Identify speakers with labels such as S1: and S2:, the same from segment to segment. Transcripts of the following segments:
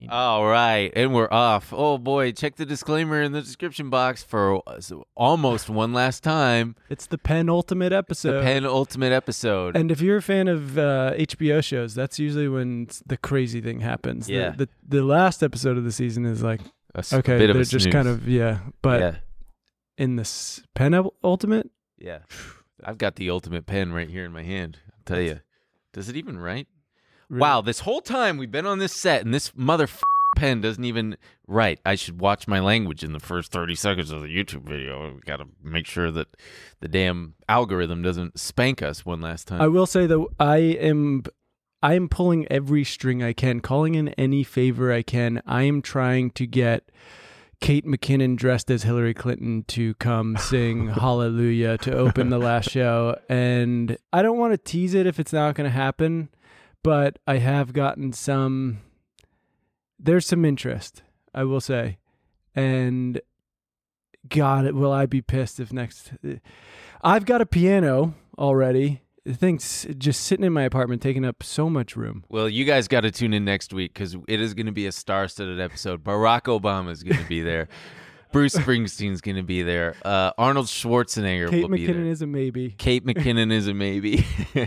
S1: You know.
S2: All right, and we're off. Oh boy, check the disclaimer in the description box for uh, so- almost one last time.
S1: It's the penultimate
S2: the
S1: episode.
S2: penultimate episode.
S1: and if you're a fan of uh, HBO shows, that's usually when s- the crazy thing happens. The-
S2: Yeah.
S1: The, the, last episode of the season is like,
S2: A s- a
S1: okay,
S2: bit of a
S1: they're just kind
S2: snooze.
S1: of, yeah. But
S2: yeah,
S1: in this penultimate,
S2: yeah. I've got the ultimate pen right here in my hand. I'll tell you. Does it even write?
S1: really-
S2: Wow, this whole time we've been on this set, and this mother f- pen doesn't even write. I should watch my language in the first thirty seconds of the YouTube video. We got to make sure that the damn algorithm doesn't spank us one last time.
S1: I will say though, I am I am pulling every string I can, calling in any favor I can. I am trying to get Kate McKinnon dressed as Hillary Clinton to come sing Hallelujah to open the last show. And I don't want to tease it if it's not going to happen, but I have gotten some, there's some interest, I will say. And God, will I be pissed if next. I've got a piano already. The thing's just sitting in my apartment, taking up so much room.
S2: Well, you guys got to tune in next week because it is going to be a star-studded episode. Barack Obama is going to be there. Bruce Springsteen's going to be there. Uh, Arnold Schwarzenegger
S1: Kate
S2: will be
S1: McKinnon
S2: there.
S1: is a maybe,
S2: Kate McKinnon is a maybe.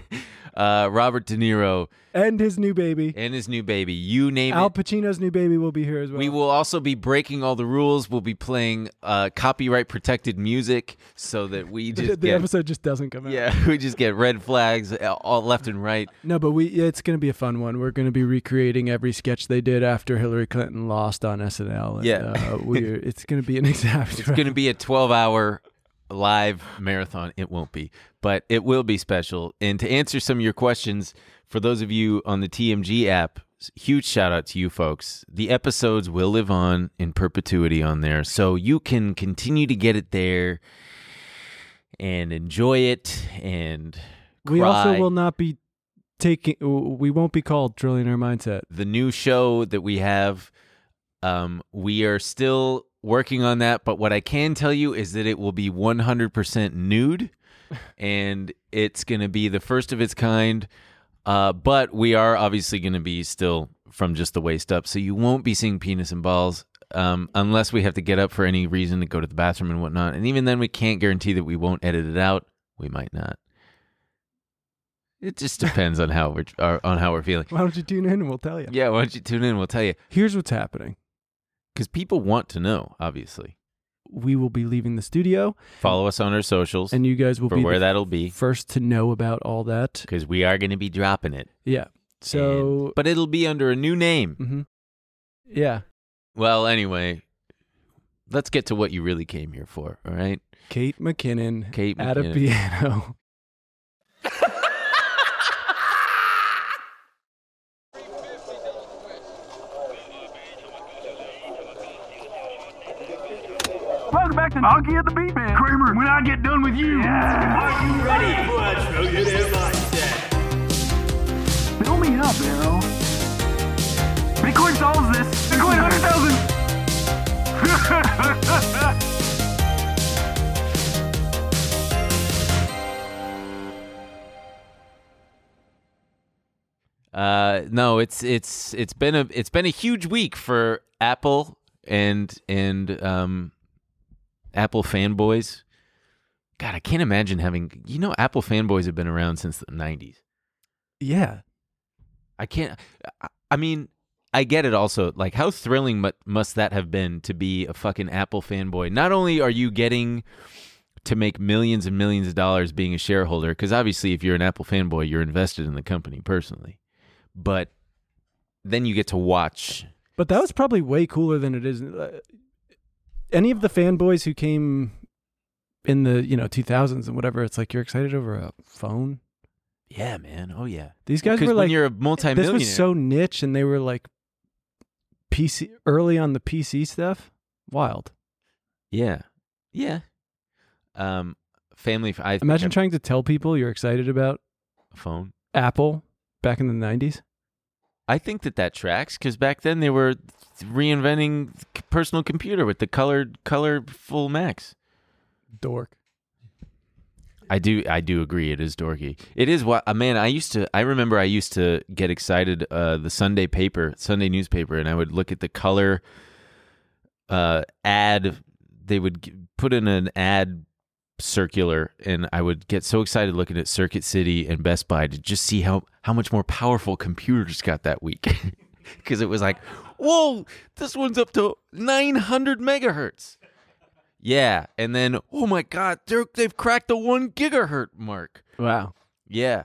S2: uh, Robert De Niro
S1: and his new baby,
S2: and his new baby. You name
S1: Al
S2: it.
S1: Pacino's new baby, will be here as well.
S2: We will also be breaking all the rules. We'll be playing uh, copyright protected music so that we
S1: The-
S2: just
S1: the
S2: get
S1: episode just doesn't come out.
S2: yeah, we just get red flags uh, all left and right.
S1: No, but we yeah, it's going to be a fun one. We're going to be recreating every sketch they did after Hillary Clinton lost on SNL. And,
S2: Yeah.
S1: uh, we're, it's going to be an exact.
S2: It's going to be a 12 hour live marathon. It won't be, but it will be special. And to answer some of your questions, for those of you on the TMG app, s- huge shout out to you folks. The episodes will live on in perpetuity on there. So you can continue to get it there and enjoy it. And
S1: we also
S2: cry.
S1: will not be taking. We won't be called Trillionaire Mindset.
S2: the new show that we have, um, we are still working on that. But what I can tell you is that it will be 100% nude. and it's going to be the first of its kind. Uh, but we are obviously going to be still from just the waist up, so you won't be seeing penis and balls um, unless we have to get up for any reason to go to the bathroom and whatnot. And even then, we can't guarantee that we won't edit it out. We might not. It just depends on how we're uh, on how we're feeling.
S1: Why don't you tune in and we'll tell you?
S2: Yeah, why don't you tune in? We'll tell you
S1: Here's what's happening.
S2: because people want to know. Obviously,
S1: We will be leaving the studio,
S2: follow us on our socials
S1: and you guys will
S2: for
S1: be
S2: where
S1: the
S2: that'll be
S1: first to know about all that.
S2: because we are going to be dropping it.
S1: Yeah. So,
S2: And- but it'll be under a new name.
S1: Mhm. yeah,
S2: Well, anyway, let's get to what you really came here for, all right?
S1: Kate McKinnon
S2: Kate
S1: at a
S2: McKinnon.
S1: piano.
S3: Welcome back to Monkey at the Beat Man. Kramer, when I get done with you. Are you ready for a trillionaire mindset? Fill me up, Errol. Bitcoin solves this. Bitcoin 100,000.
S2: Uh no, it's it's it's been a it's been a huge week for Apple and and um Apple fanboys. God, I can't imagine having you know Apple fanboys have been around since the 90s.
S1: Yeah.
S2: I can't I, I mean I get it also. Like, how thrilling mu- must that have been to be a fucking Apple fanboy? Not only are you getting to make millions and millions of dollars being a shareholder, because obviously, if you're an Apple fanboy, you're invested in the company personally, but then you get to watch.
S1: But that was probably way cooler than it is. uh, Any of the fanboys who came in the, you know, 2000s and whatever, it's like you're excited over a phone.
S2: Yeah, man. Oh, yeah.
S1: These guys
S2: Because
S1: were
S2: when
S1: like
S2: you're a
S1: This
S2: multimillionaire,
S1: was so niche and they were like PC early on the PC stuff. Wild.
S2: yeah, yeah. Um, family. I
S1: Imagine trying to tell people you're excited about
S2: phone.
S1: Apple back in the 90s.
S2: I think that that tracks because back then they were reinventing the personal computer with the colored, colorful Macs.
S1: Dork.
S2: I do I do agree it is dorky. It is what uh, man I used to I remember I used to get excited uh the Sunday paper, Sunday newspaper and I would look at the color uh ad they would g- put in an ad circular and I would get so excited looking at Circuit City and Best Buy to just see how how much more powerful computers got that week. Cuz it was like, "Whoa, this one's up to 900 megahertz." Yeah, and then oh my god, they're, they've cracked the 1 gigahertz mark.
S1: Wow.
S2: Yeah.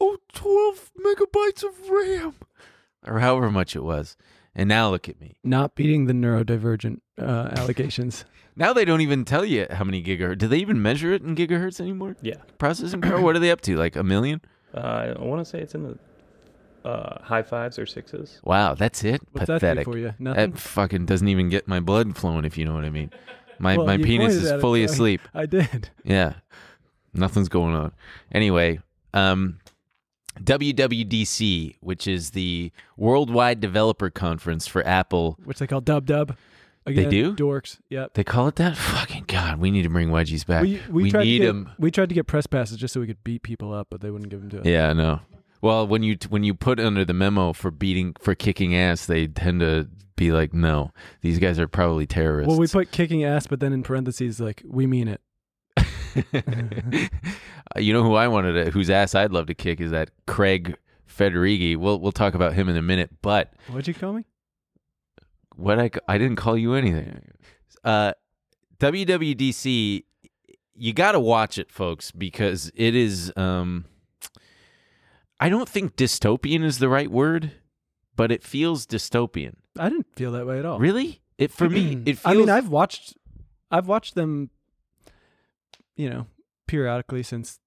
S2: Oh, 12 megabytes of RAM or however much it was. And now look at me.
S1: Not beating the neurodivergent uh, allegations.
S2: Now they don't even tell you how many gigahertz. Do they even measure it in gigahertz anymore?
S4: Yeah.
S2: Processing power? What are they up to? Like a million?
S4: Uh, I want to say it's in the uh, high fives or sixes.
S2: Wow, that's it.
S1: What's that do
S2: Pathetic.
S1: for you? Nothing?
S2: that fucking doesn't even get my blood flowing, if you know what I mean. My
S1: Well,
S2: my
S1: you
S2: penis
S1: pointed at
S2: is
S1: it,
S2: fully
S1: so-
S2: asleep.
S1: I did.
S2: Yeah. Nothing's going on. Anyway, um, WWDC, which is the Worldwide Developer Conference for Apple.
S1: Which they call dub dub. Again,
S2: do?
S1: Dorks. Yep.
S2: They call it that? Fucking God, we need to bring wedgies back.
S1: We, we, tried
S2: need
S1: to get,
S2: them.
S1: We tried to get press passes just so we could beat people up, but they wouldn't give them to us.
S2: Yeah, I know. Well, when you when you put under the memo for beating for kicking ass, they tend to be like, "No, these guys are probably terrorists."
S1: Well, we put kicking ass, but then in parentheses, like, we mean it.
S2: you know who I wanted, to, whose ass I'd love to kick is that Craig Federighi. We'll we'll talk about him in a minute, but
S1: What'd you call me?
S2: what I I didn't call you anything. Uh, WWDC, you got to watch it, folks, because it is. Um, I don't think dystopian is the right word, but it feels dystopian.
S1: I didn't feel that way at all.
S2: Really? It for me, it feels.
S1: I mean, I've watched, I've watched them, you know, periodically since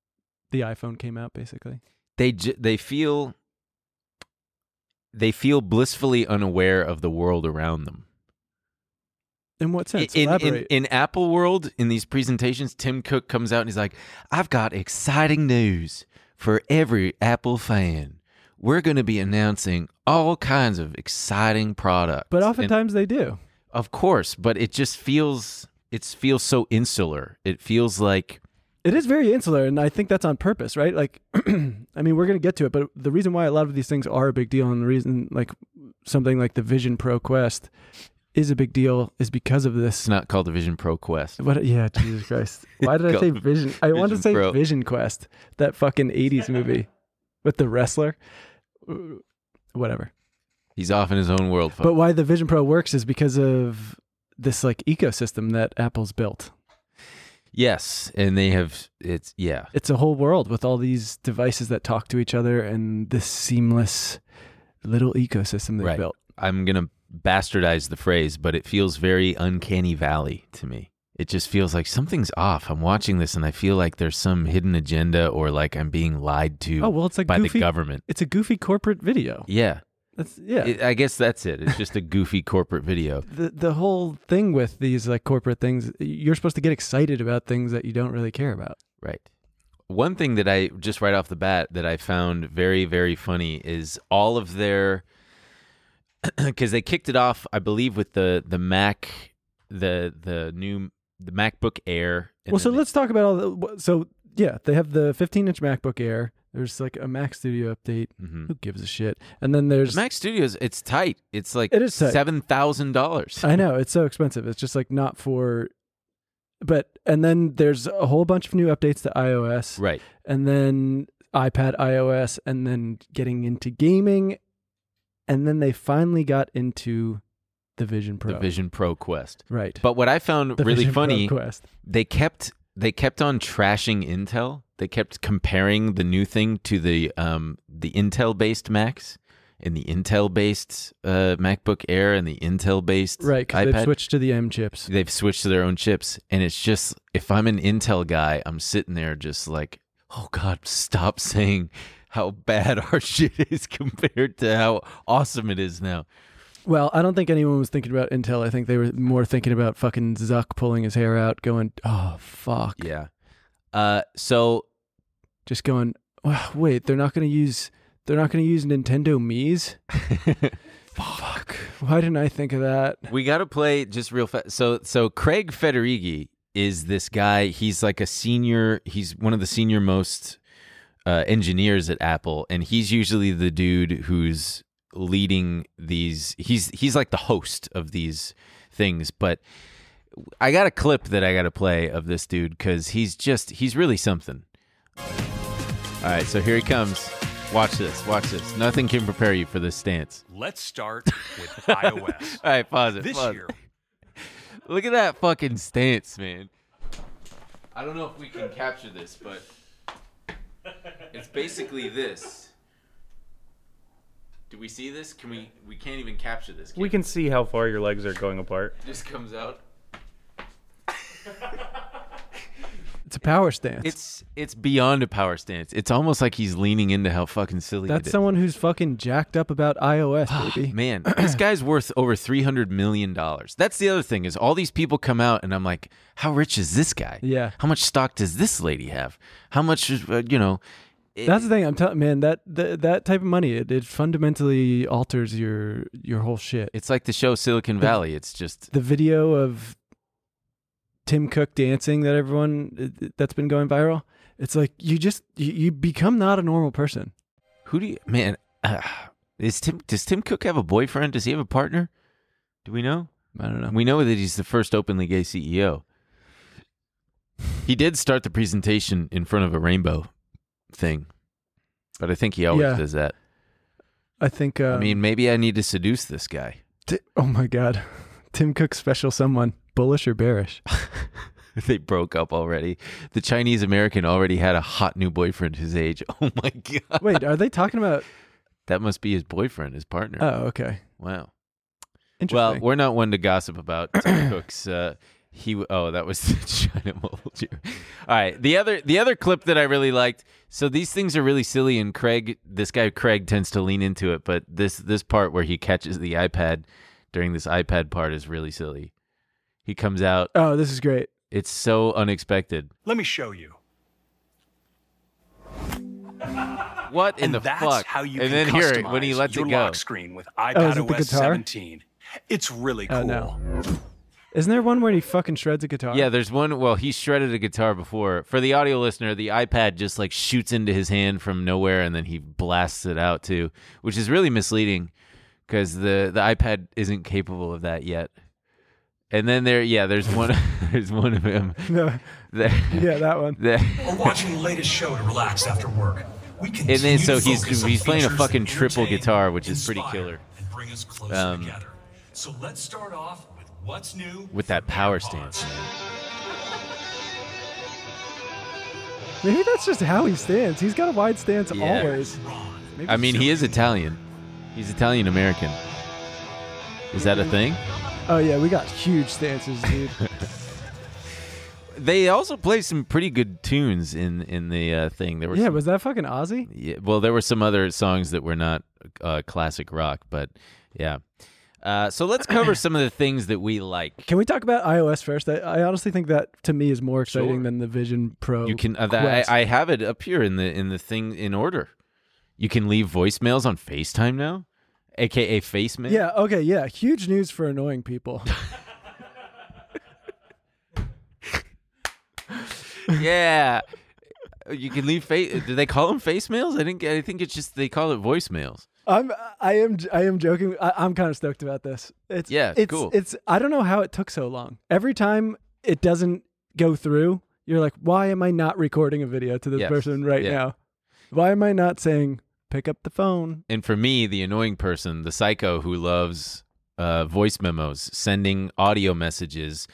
S1: the iPhone came out, basically.
S2: they j- they feel they feel blissfully unaware of the world around them.
S1: In what sense?
S2: in, in,
S1: Elaborate.
S2: in Apple world, in these presentations, Tim Cook comes out and he's like, "I've got exciting news for every Apple fan. We're going to be announcing all kinds of exciting products."
S1: but
S2: And-
S1: oftentimes they do.
S2: of course, but it just feels it feels so insular. It feels like
S1: It is very insular, and I think that's on purpose, right? Like, I mean, we're going to get to it, but the reason why a lot of these things are a big deal, and the reason like something like the Vision Pro Quest is a big deal, is because of this.
S2: it's not called the Vision Pro Quest.
S1: What? Yeah, Jesus Christ! Why did I say
S2: Go.
S1: Vision? I wanted to
S2: Vision
S1: say
S2: Pro.
S1: Vision Quest, that fucking '80s movie with the wrestler. Uh, Whatever.
S2: He's off in his own world. Folks.
S1: But why the Vision Pro works is because of this like ecosystem that Apple's built.
S2: Yes, and they have it's yeah.
S1: It's a whole world with all these devices that talk to each other and this seamless little ecosystem they
S2: Right.
S1: have built.
S2: I'm going to bastardize the phrase, but it feels very uncanny valley to me. It just feels like something's off. I'm watching this and I feel like there's some hidden agenda or like I'm being lied to
S1: Oh well, it's like
S2: by the
S1: goofy.
S2: government.
S1: it's a goofy corporate video.
S2: Yeah.
S1: That's yeah.
S2: It- I guess that's it. It's just a goofy corporate video.
S1: the the whole thing with these like corporate things, you're supposed to get excited about things that you don't really care about.
S2: Right. One thing that I just right off the bat that I found very very funny is all of their because they kicked it off, I believe, with the the Mac, the the new the MacBook Air. and
S1: well, so
S2: then
S1: let's talk about all the. wha- So yeah, they have the 15 inch MacBook Air. There's like a Mac Studio update.
S2: they- Mhm.
S1: Who gives a shit? And then there's.
S2: Mac Studios, it's tight. It's like
S1: It is tight.
S2: seven thousand dollars.
S1: I know it's so expensive. It's just like not for. But and then there's a whole bunch of new updates to iOS,
S2: Right.
S1: and then iPad iOS, and then getting into gaming, and then they finally got into the Vision Pro.
S2: The Vision Pro Quest.
S1: right?
S2: But what I found
S1: The
S2: really
S1: Vision Pro
S2: funny,
S1: Quest.
S2: they kept they kept on trashing Intel. They kept comparing the new thing to the um the Intel based Macs and the Intel based uh, MacBook Air and the Intel based
S1: Right, because they've
S2: iPad.
S1: switched to the M chips.
S2: they've switched to their own chips and it's just if i'm an intel guy i'm sitting there just like oh god stop saying how bad our shit is compared to how awesome it is now
S1: Well, I don't think anyone was thinking about Intel. I think they were more thinking about fucking Zuck pulling his hair out, going, "Oh fuck,"
S2: yeah uh so
S1: just going, oh, "Wait, they're not going to use, they're not going to use Nintendo Mii's." fuck! Why didn't I think of that?
S2: we gotta play just real fast so so craig federighi is this guy. He's like a senior. He's one of the senior most uh, engineers at Apple, and he's usually the dude who's leading these. He's he's like the host of these things, but. I got a clip that I got to play of this dude because he's just, he's really something. All right, so here he comes. Watch this, watch this. Nothing can prepare you for this stance.
S5: Let's start with iOS.
S2: All right, pause it.
S5: This
S2: pause it.
S5: year,
S2: Look at that fucking stance, man. I don't know if we can capture this, but it's basically this. Do we see this? Can we? We can't even capture this.
S4: We can see how far your legs are going apart.
S2: It just comes out.
S1: It's a power stance.
S2: It's it's beyond a power stance. It's almost like he's leaning into how fucking silly. it
S1: That's
S2: is.
S1: someone who's fucking jacked up about iOS, baby.
S2: Man, this guy's worth over three hundred million dollars. That's the other thing is all these people come out, and I'm like, how rich is this guy?
S1: Yeah.
S2: How much stock does this lady have? How much? is, Uh, you know, it-
S1: That's the thing I'm telling man that, that that type of money it, it fundamentally alters your your whole shit.
S2: it's like the show Silicon Valley. It's just
S1: the video of Tim Cook dancing that everyone that's been going viral. It's like you just you, you become not a normal person.
S2: who do you man? Uh, is Tim? Does Tim Cook have a boyfriend? Does he have a partner? Do we know?
S1: I don't know.
S2: We know that he's the first openly gay CEO. He did start the presentation in front of a rainbow thing, but I think he always
S1: Yeah.
S2: does that.
S1: I think. Um,
S2: I mean, maybe I need to seduce this guy.
S1: Ti- oh my god, Tim Cook special someone bullish or bearish?
S2: they broke up already. The Chinese American already had a hot new boyfriend his age. Oh my God.
S1: Wait, are they talking about?
S2: That must be his boyfriend, his partner.
S1: Oh, okay.
S2: wow. Well,
S1: Interesting.
S2: we're not one to gossip about Tim Cook's. Uh, he oh, that was the China Mulder. All right, the other the other clip that I really liked. So these things are really silly, and Craig, this guy Craig, tends to lean into it, but this this part where he catches the iPad during this iPad part is really silly. He comes out.
S1: oh, this is great.
S2: It's so unexpected.
S5: let me show you.
S2: What in
S5: and
S2: the
S5: that's
S2: fuck?
S5: how you
S2: and
S5: can
S2: then
S5: customize
S2: here when he lets
S5: your
S2: it go.
S5: lock screen with
S1: Oh, is it
S5: iPad
S1: the
S5: OS
S1: guitar?
S5: 17. It's really cool.
S1: Oh, no. Isn't there one where he fucking shreds a guitar?
S2: Yeah, there's one. Well, he shredded a guitar before. For the audio listener, the iPad just like shoots into his hand from nowhere, and then he blasts it out too, which is really misleading because the the iPad isn't capable of that yet. And then there, yeah, there's one. there's one of him.
S1: No.
S2: That,
S1: yeah, that one.
S2: that-
S5: Or watching the latest show to relax after work. We can.
S2: and then so he's he's playing a fucking triple guitar, which is pretty killer.
S5: And bring us closer
S2: Um,
S5: together. So let's start off with what's new.
S2: With that power stance.
S1: Maybe that's just how he stands. He's got a wide stance
S2: Yeah.
S1: always.
S5: Ron,
S1: Maybe
S2: I mean,
S1: it's-
S2: he is Italian. He's Italian American. Is that a thing?
S1: Oh yeah, we got huge stances, dude.
S2: They also play some pretty good tunes in in the uh, thing. There were
S1: yeah,
S2: some-
S1: was that fucking Ozzy?
S2: yeah, well, there were some other songs that were not uh, classic rock, but yeah. Uh, so let's cover some of the things that we like.
S1: Can we talk about iOS first? I, I honestly think that to me is more exciting
S2: Sure.
S1: than the Vision Pro.
S2: You can uh, that,
S1: Quest.
S2: I, I have it up here in the in the thing in order. You can leave voicemails on FaceTime now, aka FaceMail.
S1: yeah, okay, yeah. Huge news for annoying people.
S2: yeah. You can leave face. Do they call them face mails? I didn't. get- I think it's just they call it voicemails.
S1: I'm I am I am joking. I, I'm kind of stoked about this. It's
S2: Yeah,
S1: it's
S2: cool.
S1: it's I don't know how it took so long. Every time it doesn't go through, you're like, why am I not recording a video to this
S2: Yes,
S1: person right
S2: yeah.
S1: now? Why am I not saying pick up the phone?
S2: And for me, the annoying person, the psycho who loves uh, voice memos, sending audio messages,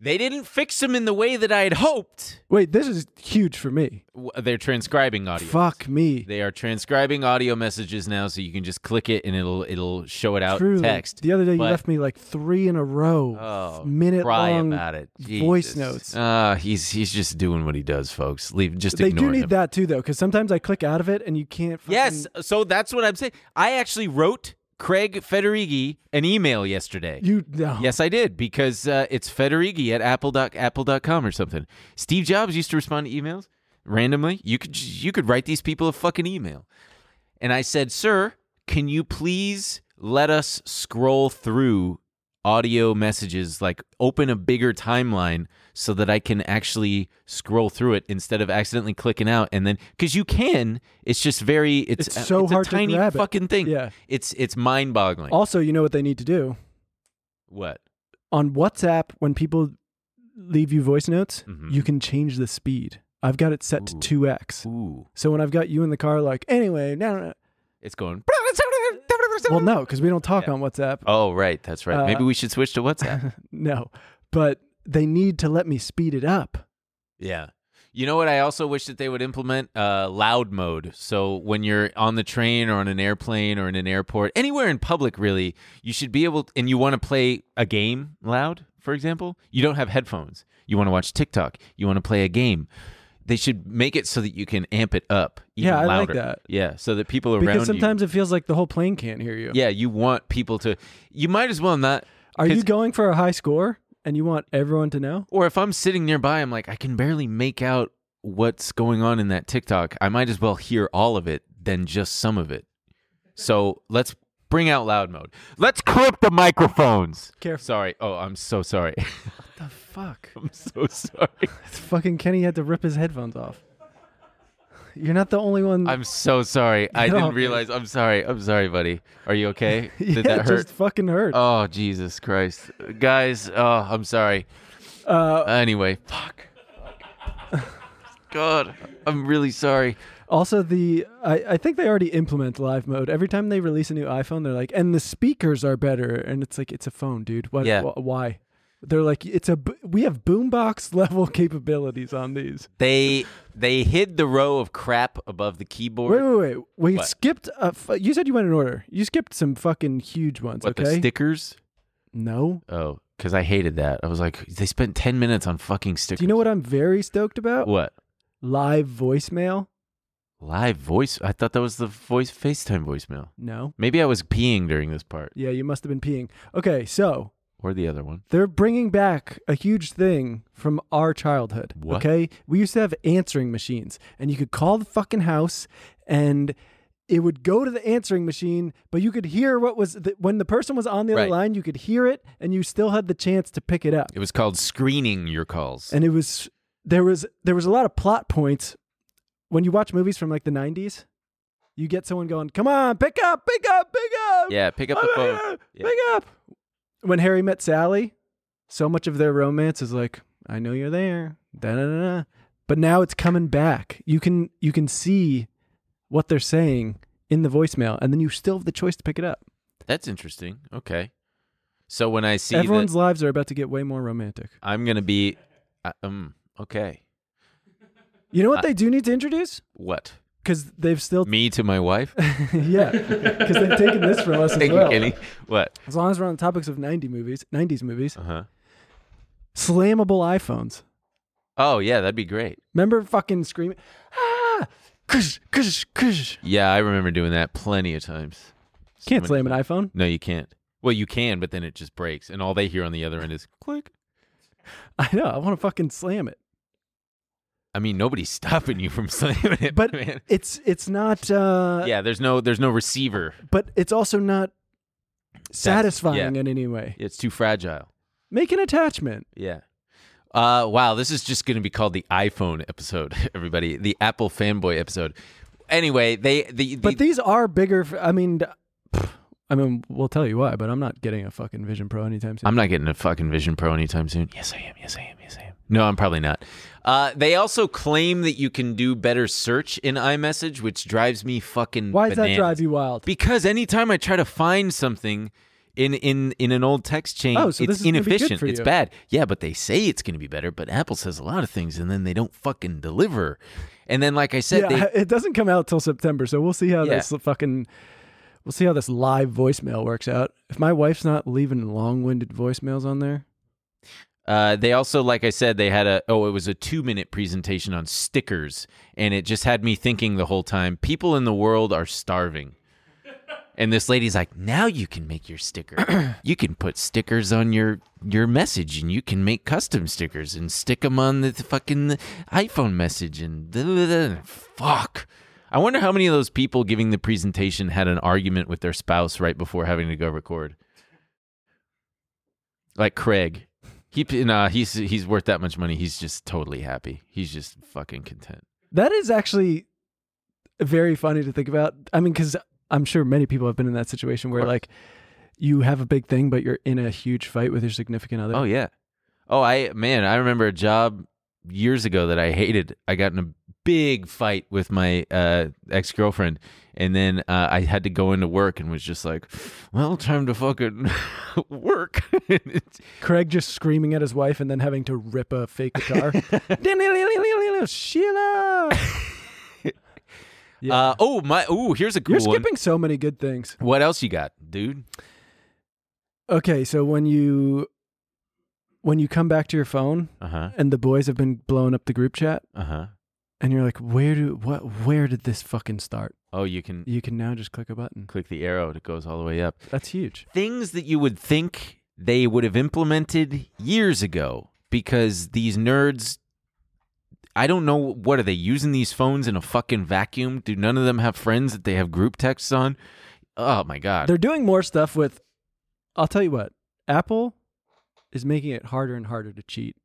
S2: they didn't fix them in the way that I had hoped.
S1: Wait, this is huge for me.
S2: W- They're transcribing audio.
S1: Fuck me.
S2: They are transcribing audio messages now, so you can just click it and it'll it'll show it out
S1: Truly.
S2: text.
S1: The other day
S2: But-
S1: you left me like three in a row,
S2: Oh,
S1: minute
S2: cry
S1: long
S2: about it.
S1: voice
S2: Jesus.
S1: notes.
S2: Ah, he's he's just doing what he does, folks. Leave just
S1: they
S2: ignore
S1: do need
S2: him.
S1: that too, though, because sometimes I click out of it and you can't. Fucking,
S2: Yes, so that's what I'm saying. I actually wrote Craig Federighi an email yesterday.
S1: you no.
S2: Yes, I did because uh, it's Federighi at apple doc, apple.com or something. Steve Jobs used to respond to emails randomly. You could you could write these people a fucking email. And I said, "Sir, can you please let us scroll through audio messages, like open a bigger timeline so that I can actually scroll through it instead of accidentally clicking out and then because you can. It's just very it's,
S1: It's so hard
S2: a
S1: to
S2: tiny
S1: grab it.
S2: fucking thing.
S1: Yeah.
S2: It's it's mind boggling.
S1: Also, you know what they need to do?
S2: what?
S1: On WhatsApp, when people leave you voice notes,
S2: Mhm.
S1: you can change the speed. I've got it set
S2: Ooh.
S1: to 2x.
S2: Ooh.
S1: So when I've got you in the car, like, anyway, no, no, no.
S2: It's going
S1: Well, no, because we don't talk
S2: Yeah.
S1: on WhatsApp.
S2: Oh right, that's right.
S1: Uh,
S2: Maybe we should switch to WhatsApp.
S1: No, but they need to let me speed it up.
S2: yeah. You know what? I also wish that they would implement uh, loud mode. So when you're on the train or on an airplane or in an airport, anywhere in public, really, you should be able. and you want to play a game loud, for example. You don't have headphones. You want to watch TikTok. You want to play a game. They should make it so that you can amp it up. Even
S1: Yeah, I like
S2: louder.
S1: that.
S2: Yeah, so that people around
S1: Because
S2: you.
S1: sometimes it feels like the whole plane can't hear you.
S2: Yeah, you want people to. You might as well not.
S1: Are you
S2: 'cause-
S1: going for a high score and you want everyone to know?
S2: Or if I'm sitting nearby, I'm like, I can barely make out what's going on in that TikTok. I might as well hear all of it than just some of it. So let's bring out loud mode. Let's clip the microphones.
S1: Careful.
S2: Sorry. Oh, I'm so sorry.
S1: What the fuck?
S2: I'm so sorry.
S1: Fucking Kenny had to rip his headphones off. You're not the only one.
S2: I'm so sorry. I
S1: No.
S2: didn't realize. I'm sorry. I'm sorry, buddy. Are you okay?
S1: yeah,
S2: Did that
S1: it
S2: hurt?
S1: just fucking hurt.
S2: Oh, Jesus Christ. Guys, oh, I'm sorry.
S1: Uh,
S2: Anyway, fuck. God, I'm really sorry.
S1: also, the I, I think they already implement live mode. Every time they release a new iPhone, they're like, and the speakers are better. And it's like, it's a phone, dude. What,
S2: Yeah.
S1: wh- why? They're like, it's a bo- we have boombox level capabilities on these.
S2: They they hid the row of crap above the keyboard.
S1: Wait, wait, wait. We
S2: What?
S1: skipped. A fu- you said you went in order. You skipped some fucking huge ones.
S2: what
S1: okay.
S2: the stickers?
S1: no.
S2: Oh, because I hated that. I was like, they spent ten minutes on fucking stickers.
S1: Do you know what I'm very stoked about?
S2: What
S1: Live voicemail.
S2: live voice? I thought that was the voice FaceTime voicemail.
S1: No.
S2: Maybe I was peeing during this part
S1: Yeah, you must have been peeing. Okay, so
S2: or the other one.
S1: they're bringing back a huge thing from our childhood.
S2: What?
S1: Okay, we used to have answering machines, and you could call the fucking house, and it would go to the answering machine, but you could hear what was the, when the person was on the
S2: Right.
S1: other line. You could hear it, and you still had the chance to pick it up.
S2: It was called screening your calls.
S1: and it was there was there was a lot of plot points when you watch movies from like the 90s you get someone going come on pick up pick up pick up
S2: yeah, pick up the
S1: Oh my
S2: phone.
S1: God,
S2: Yeah.
S1: pick up when harry met sally so much of their romance is like i know you're there da da da da. but now it's coming back you can you can see what they're saying in the voicemail and then you still have the choice to pick it up
S2: That's interesting. Okay. So when I see that,
S1: everyone's lives are about to get way more romantic
S2: I'm gonna be, I- um, okay.
S1: you know what
S2: I-
S1: they do need to introduce
S2: What?
S1: because they've still
S2: Me to my wife?
S1: yeah, because they've taken this from us as
S2: Thank
S1: well.
S2: you, Kenny. What?
S1: As long as we're on the topics of ninety movies, nineties movies,
S2: Uh huh.
S1: slammable iPhones.
S2: Oh yeah, that'd be great.
S1: Remember fucking screaming, ah, kush, kush, kush.
S2: Yeah, I remember doing that plenty of times. So
S1: Can't
S2: many
S1: slam an
S2: times.
S1: iPhone.
S2: No, you can't. Well, you can, but then it just breaks, and all they hear on the other end is click.
S1: I know. I want to fucking slam it,
S2: I mean, nobody's stopping you from slamming it,
S1: but
S2: man.
S1: it's it's not. Uh,
S2: yeah, there's no there's no receiver.
S1: But it's also not satisfying in any way.
S2: It's too fragile.
S1: Make an attachment.
S2: Yeah. Uh, wow, this is just going to be called the iPhone episode, everybody. The Apple fanboy episode. Anyway, they the, the
S1: But these are bigger. f- I mean, d- pff, I mean, we'll tell you why. But I'm not getting a fucking Vision Pro anytime soon.
S2: I'm not getting a fucking Vision Pro anytime soon. Yes, I am. Yes, I am. Yes, I am. No, I'm probably not. Uh, they also claim that you can do better search in iMessage, which drives me fucking.
S1: why does that
S2: bananas.
S1: drive you wild?
S2: Because anytime I try to find something in in in an old text chain,
S1: Oh, so
S2: it's
S1: this is gonna be good
S2: inefficient.
S1: for
S2: it's
S1: you.
S2: bad. Yeah, but they say it's going to be better. But Apple says a lot of things, and then they don't fucking deliver. And then, like I said,
S1: yeah,
S2: they
S1: it doesn't come out till September, so we'll see how
S2: Yeah.
S1: this fucking we'll see how this live voicemail works out. If my wife's not leaving long-winded voicemails on there,
S2: Uh, they also, like I said, they had a oh, it was a two minute presentation on stickers, and it just had me thinking the whole time. People in the world are starving, and this lady's like, now you can make your sticker. you can put stickers on your your message, and you can make custom stickers and stick them on the fucking iPhone message, and da- da- da- da. fuck. I wonder how many of those people giving the presentation had an argument with their spouse right before having to go record. like Craig. He nah, he's he's worth that much money. He's just totally happy. He's just fucking content.
S1: That is actually very funny to think about. I mean, because I'm sure many people have been in that situation where
S2: course.
S1: like you have a big thing, but you're in a huge fight with your significant other.
S2: Oh yeah. Oh, I man, I remember a job years ago that I hated. I got in a big fight with my uh, ex girlfriend, and then uh, I had to go into work and was just like, "Well, time to fucking work."
S1: Craig just screaming at his wife and then having to rip a fake guitar. Sheila. Yeah.
S2: uh, oh my! Oh, here's a cool
S1: You're
S2: one.
S1: skipping so many good things.
S2: What else you got, dude?
S1: Okay, so when you when you come back to your phone
S2: Uh huh.
S1: and the boys have been blowing up the group chat
S2: Uh huh.
S1: and you're like, "Where do what where did this fucking start?"
S2: Oh, you can
S1: You can now just click a button.
S2: click the arrow; it goes all the way up.
S1: That's huge.
S2: things that you would think they would have implemented years ago because these nerds I don't know what are they using these phones in a fucking vacuum? Do none of them have friends that they have group texts on? Oh my god.
S1: They're doing more stuff with I'll tell you what. Apple is making it harder and harder to cheat.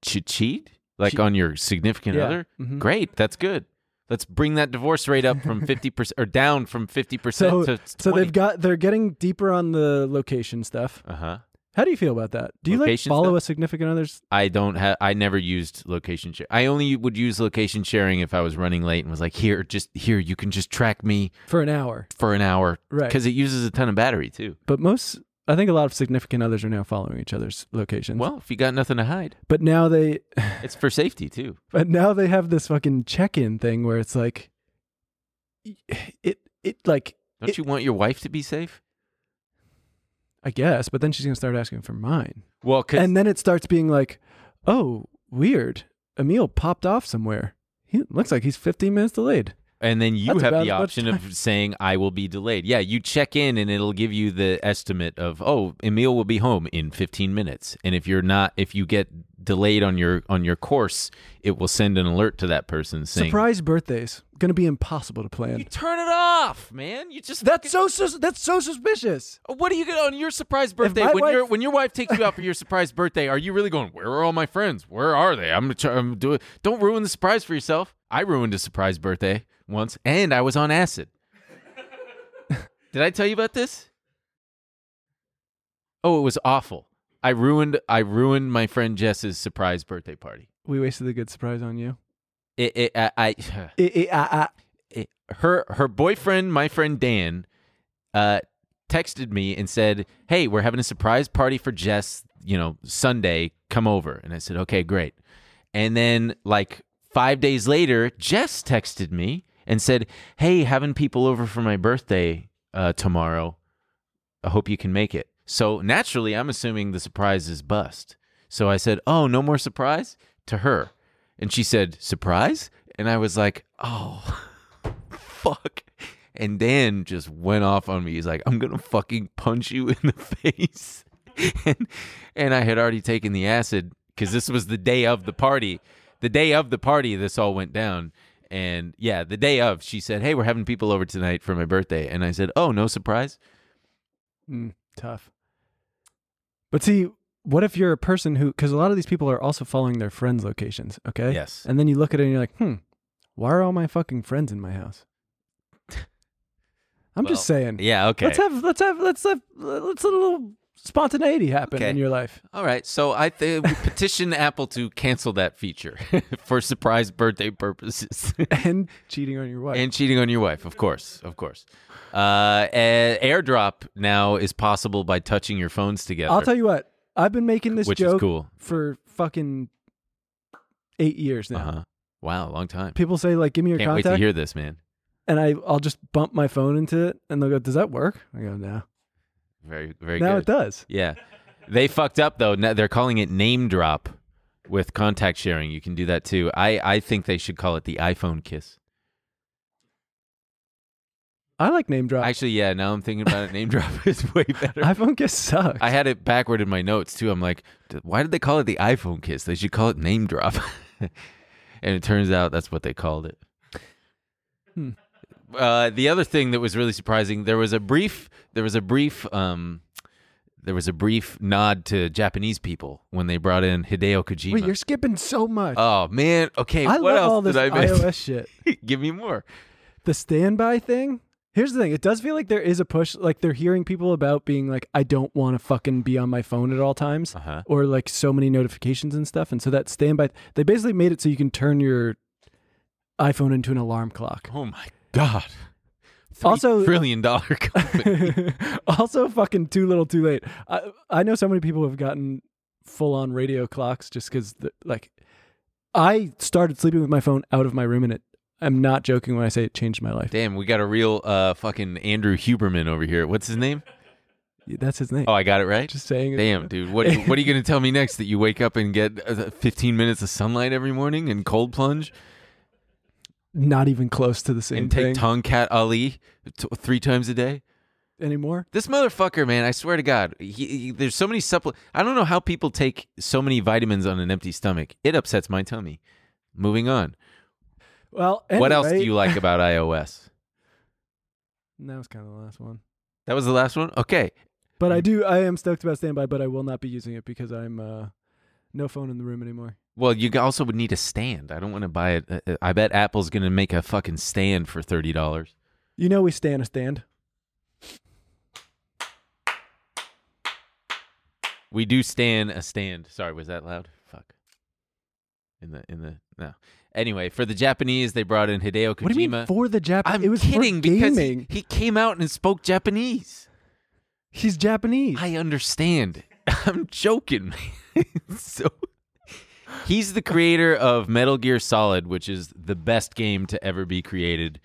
S2: Ch- cheat? Like
S1: Cheat.
S2: on your significant
S1: Yeah.
S2: other?
S1: Mhm.
S2: Great, that's good. Let's bring that divorce rate up from 50% or down from 50%
S1: So,
S2: to 20.
S1: so they've got they're getting deeper on the location stuff.
S2: Uh-huh.
S1: How do you feel about that? Do you
S2: Location
S1: like follow
S2: stuff?
S1: a significant other's?
S2: I don't have. I never used location share. I only would use location sharing if I was running late and was like, "Here, just here, you can just track me
S1: for an hour,
S2: for an hour."
S1: Right.
S2: Because it uses a ton of battery too.
S1: but most I think a lot of significant others are now following each other's locations.
S2: Well, if you got nothing to hide,
S1: but now they
S2: it's for safety too.
S1: but now they have this fucking check-in thing where it's like it it like
S2: Don't
S1: It-
S2: you want your wife to be safe?
S1: I guess, but then she's going to start asking for mine.
S2: Well, because
S1: And then it starts being like, "Oh, weird. Emil popped off somewhere. He looks like he's 15 minutes delayed."
S2: and then you
S1: That's
S2: have
S1: about
S2: the
S1: as much
S2: option of saying, "I will be delayed." Yeah, you check in and it'll give you the estimate of, "Oh, Emil will be home in 15 minutes." And if you're not, if you get delayed on your on your course, it will send an alert to that person saying,
S1: Surprise birthdays going to be impossible to
S2: You
S1: plan.
S2: turn it off, man. You just
S1: That's so sus- that's so suspicious.
S2: fucking- What are you gonna on your surprise birthday
S1: my
S2: when your
S1: wife-
S2: when your wife takes you out for your surprise birthday? Are you really going? Where are all my friends? Where are they? I'm gonna try, I'm doing. Don't ruin the surprise for yourself. I ruined a surprise birthday once, and I was on acid. Did I tell you about this? Oh, it was awful. I ruined I ruined my friend Jess's surprise birthday party.
S1: We wasted a good surprise on you.
S2: It, it I, I
S1: Eh, eh, ah, ah.
S2: it- her her boyfriend, my friend Dan, uh, texted me and said, "Hey, we're having a surprise party for Jess. You know, Sunday, come over." And I said, "Okay, great." And then, like five days later, Jess texted me and said, "Hey, having people over for my birthday uh, tomorrow. I hope you can make it." So naturally, I'm assuming the surprise is bust. So I said, "Oh, no more surprise." To her, and she said, "Surprise," and I was like, "Oh." fuck. And Dan just went off on me. He's like, I'm gonna fucking punch you in the face. and, and I had already taken the acid because this was the day of the party. The day of the party, this all went down. And yeah, the day of, she said, Hey, we're having people over tonight for my birthday. And I said, Oh, no surprise.
S1: Mm, tough. But see, what if you're a person who, because a lot of these people are also following their friends' locations, okay?
S2: Yes.
S1: And then you look at it and you're like, hmm, why are all my fucking friends in my house? I'm just
S2: Well,
S1: saying.
S2: Yeah, okay.
S1: Let's have, let's have, let's have, let's let a little spontaneity happen
S2: Okay.
S1: in your life.
S2: all right. So I th- we petition Apple to cancel that feature for surprise birthday purposes.
S1: And cheating on your wife.
S2: and cheating on your wife, of course, of course. Uh, a- AirDrop now is possible by touching your phones together,
S1: I'll tell you what, I've been making this
S2: which
S1: joke
S2: is cool.
S1: for fucking eight years now.
S2: Uh-huh. Wow, long time.
S1: People say, like, give me your
S2: Can't
S1: contact.
S2: wait to hear this, man.
S1: and I, I'll just bump my phone into it and they'll go, does that work? I go, no.
S2: Very, very
S1: now
S2: good.
S1: it does.
S2: Yeah, they fucked up though. Now they're calling it name drop with contact sharing. You can do that too. I I think they should call it the iPhone kiss.
S1: I like name drop.
S2: Actually, yeah. Now I'm thinking about it. Name drop is way better.
S1: iPhone kiss sucks.
S2: I had it backward in my notes too. I'm like, "D- why did they call it the iPhone kiss? They should call it name drop. and it turns out that's what they called it.
S1: Hmm.
S2: Uh, the other thing that was really surprising, there was a brief, there was a brief um, There was a brief nod to Japanese people when they brought in Hideo Kojima.
S1: Wait, you're skipping so much.
S2: oh man, okay.
S1: I
S2: what
S1: love
S2: else
S1: all this
S2: did I miss?
S1: iOS shit.
S2: Give me more.
S1: The standby thing. Here's the thing. It does feel like there is a push. Like they're hearing people about being like, I don't want to fucking be on my phone at all times,
S2: Uh-huh.
S1: or like so many notifications and stuff. And so that standby, they basically made it so you can turn your iPhone into an alarm clock.
S2: Oh my god. Three
S1: Also,
S2: trillion dollar company.
S1: also fucking too little too late i i know so many people have gotten full on radio clocks just because like i started sleeping with my phone out of my room and it i'm not joking when i say it changed my life
S2: Damn, we got a real uh, fucking Andrew Huberman over here. What's his name?
S1: that's his name
S2: Oh, I got it right.
S1: just saying it.
S2: Damn, dude. What what are you going to tell me next that you wake up and get uh, 15 minutes of sunlight every morning and cold plunge
S1: not even close to the same
S2: and take
S1: thing
S2: Tonkat Ali t- 3 times a day?
S1: anymore
S2: This motherfucker, man, I swear to God, he, he- there's so many supple. I don't know how people take so many vitamins on an empty stomach. It upsets my tummy. Moving on.
S1: well
S2: What else do
S1: anyway-
S2: you like about iOS?
S1: that was kind of the last one
S2: That was the last one? Okay.
S1: but
S2: Mm.
S1: i do i am stoked about standby but i will not be using it because i'm uh no phone in the room anymore
S2: Well, you g- also would need a stand. I don't want to buy it. Uh, uh, I bet Apple's going to make a fucking stand for $30.
S1: you know we stand a stand
S2: We do stand a stand. Sorry, was that loud? Fuck. In the in the no. Anyway, for the Japanese, they brought in Hideo Kojima.
S1: what do you mean for the japanese
S2: I'm
S1: it was for
S2: kidding because
S1: gaming
S2: he, he came out and spoke Japanese.
S1: he's japanese
S2: I understand. I'm joking. man. so he's the creator of Metal Gear Solid, which is the best game to ever be created.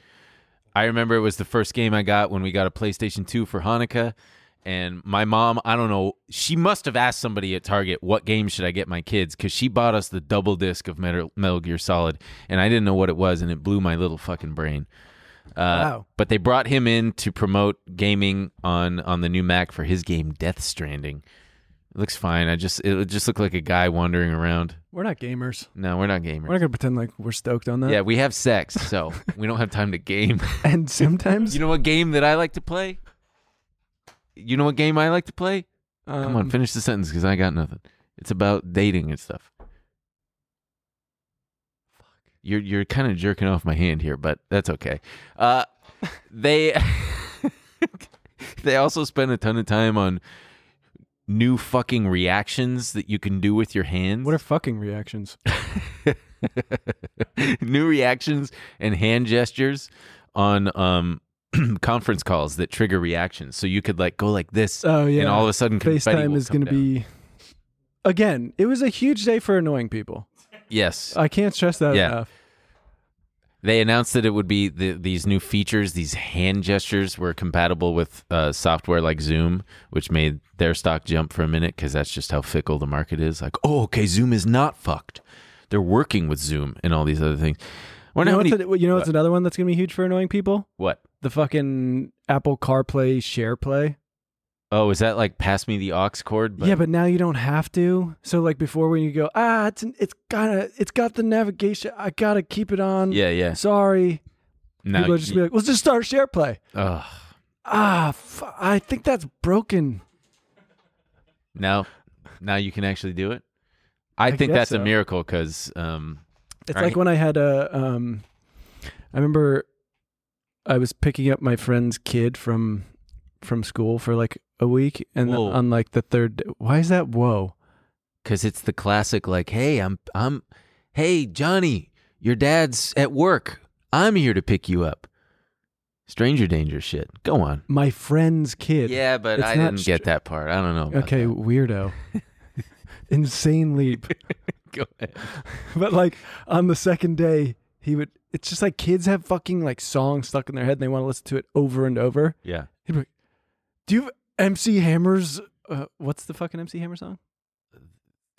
S2: I remember it was the first game I got when we got a PlayStation 2 for Hanukkah. And my mom, I don't know, she must have asked somebody at Target, what game should I get my kids? Because she bought us the double disc of Metal, Metal Gear Solid. And I didn't know what it was, and it blew my little fucking brain. Uh,
S1: Wow.
S2: But they brought him in to promote gaming on, on the new Mac for his game, Death Stranding. It looks fine. I just it just looked like a guy wandering around.
S1: we're not gamers
S2: No, we're not gamers.
S1: We're not gonna pretend like we're stoked on that.
S2: yeah, we have sex, so we don't have time to game.
S1: And sometimes,
S2: You know what game that I like to play? You know what game I like to play? Come on,
S1: um,
S2: finish the sentence because I got nothing. It's about dating and stuff. You're you're kind of jerking off my hand here, but that's okay. Uh, they they also spend a ton of time on new fucking reactions that you can do with your hands.
S1: What are fucking reactions?
S2: new reactions and hand gestures on um conference calls that trigger reactions. So you could like go like this,
S1: Oh yeah.
S2: and all of a sudden confetti
S1: FaceTime
S2: will
S1: is
S2: come
S1: gonna
S2: down.
S1: be. Again, it was a huge day for annoying people.
S2: yes.
S1: I can't stress that
S2: Yeah.
S1: enough.
S2: They announced that it would be the, these new features, these hand gestures were compatible with uh, software like Zoom, which made their stock jump for a minute because that's just how fickle the market is. Like, oh, okay, Zoom is not fucked. They're working with Zoom and all these other things. I
S1: You
S2: wonder
S1: know,
S2: how
S1: what's,
S2: many.
S1: a- you know what's another one that's gonna be huge for annoying people?
S2: what?
S1: The fucking Apple CarPlay Share Play.
S2: Oh, is that like pass me the aux cord?
S1: yeah, but now you don't have to. So like before, when you go, ah, it's an, it's gotta, it's got the navigation. I gotta keep it on.
S2: yeah, yeah.
S1: Sorry.
S2: Now
S1: people would just
S2: you-
S1: be like, let's just start Share Play.
S2: Ugh.
S1: Ah, fu I think that's broken.
S2: Now, now you can actually do it. I, think
S1: guess
S2: that's a
S1: so.
S2: miracle because um,
S1: It's
S2: All
S1: like
S2: right.
S1: when I had a um I remember I was picking up my friend's kid from from school for like a week and
S2: Whoa.
S1: on like the third day, why is that whoa?
S2: because it's the classic like, hey, I'm I'm, hey Johnny, your dad's at work. I'm here to pick you up. Stranger danger shit. Go on.
S1: My friend's kid.
S2: Yeah, but
S1: It's
S2: I
S1: not
S2: didn't
S1: str-
S2: get that part. I don't know. about
S1: Okay,
S2: that.
S1: weirdo. Insane leap.
S2: go ahead.
S1: But like on the second day, he would it's just like kids have fucking like songs stuck in their head and they want to listen to it over and over.
S2: Yeah,
S1: He'd be like, Do you have MC Hammer's uh, what's the fucking MC Hammer song?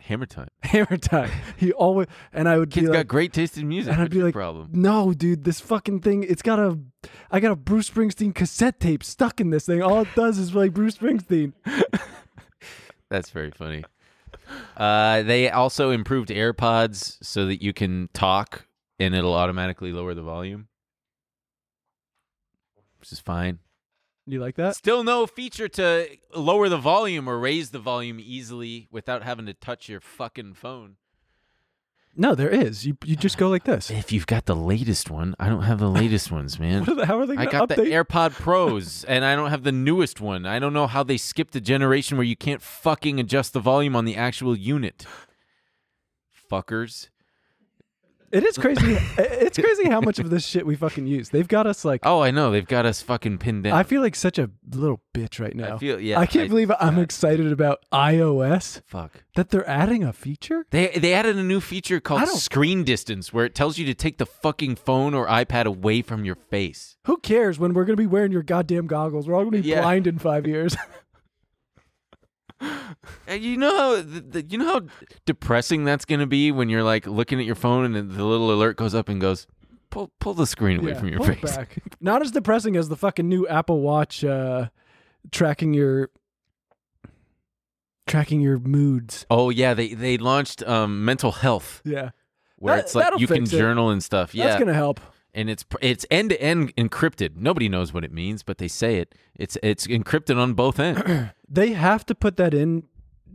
S2: hammer time.
S1: Hammer time. He always and I would
S2: Kids
S1: be like,
S2: got great taste in music.
S1: and I'd
S2: What's
S1: be
S2: your
S1: like,
S2: problem.
S1: No, dude, this fucking thing, it's got a I got a Bruce Springsteen cassette tape stuck in this thing. All it does is play Bruce Springsteen.
S2: That's very funny. Uh, they also improved AirPods so that you can talk and it'll automatically lower the volume, which is fine.
S1: You like that?
S2: Still no feature to lower the volume or raise the volume easily without having to touch your fucking phone.
S1: No, there is. You you just go like this.
S2: If you've got the latest one, I don't have the latest ones, man.
S1: What are the- how are they
S2: I
S1: gonna
S2: got the
S1: update-
S2: AirPod Pros and I don't have the newest one. I don't know how they skipped a generation where you can't fucking adjust the volume on the actual unit. Fuckers.
S1: It is crazy. it's crazy how much of this shit we fucking use. They've got us like.
S2: Oh, I know. They've got us fucking pinned down.
S1: I feel like such a little bitch right now.
S2: feel- yeah,
S1: I can't
S2: I-
S1: believe I'm excited about iOS
S2: Fuck.
S1: that they're adding a feature.
S2: They they added a new feature
S1: I
S2: called
S1: don't-
S2: screen distance where it tells you to take the fucking phone or iPad away from your face.
S1: Who cares when we're gonna be wearing your goddamn goggles? We're all gonna be
S2: Yeah.
S1: blind in five years.
S2: Uh, You know how th th- you know how depressing that's going to be when you're like looking at your phone and then the little alert goes up and goes pull pull the screen away
S1: Yeah,
S2: from your
S1: pull it
S2: face.
S1: back. Not as depressing as the fucking new Apple Watch uh, tracking your tracking your moods.
S2: Oh yeah, they they launched um, mental health
S1: Yeah,
S2: where
S1: That-
S2: it's like
S1: that'll
S2: you can
S1: fix it.
S2: journal and stuff. Yeah,
S1: that's gonna help.
S2: and it's pr- it's end to end encrypted. Nobody knows what it means, but they say it. It's it's encrypted on both ends.
S1: They have to put that in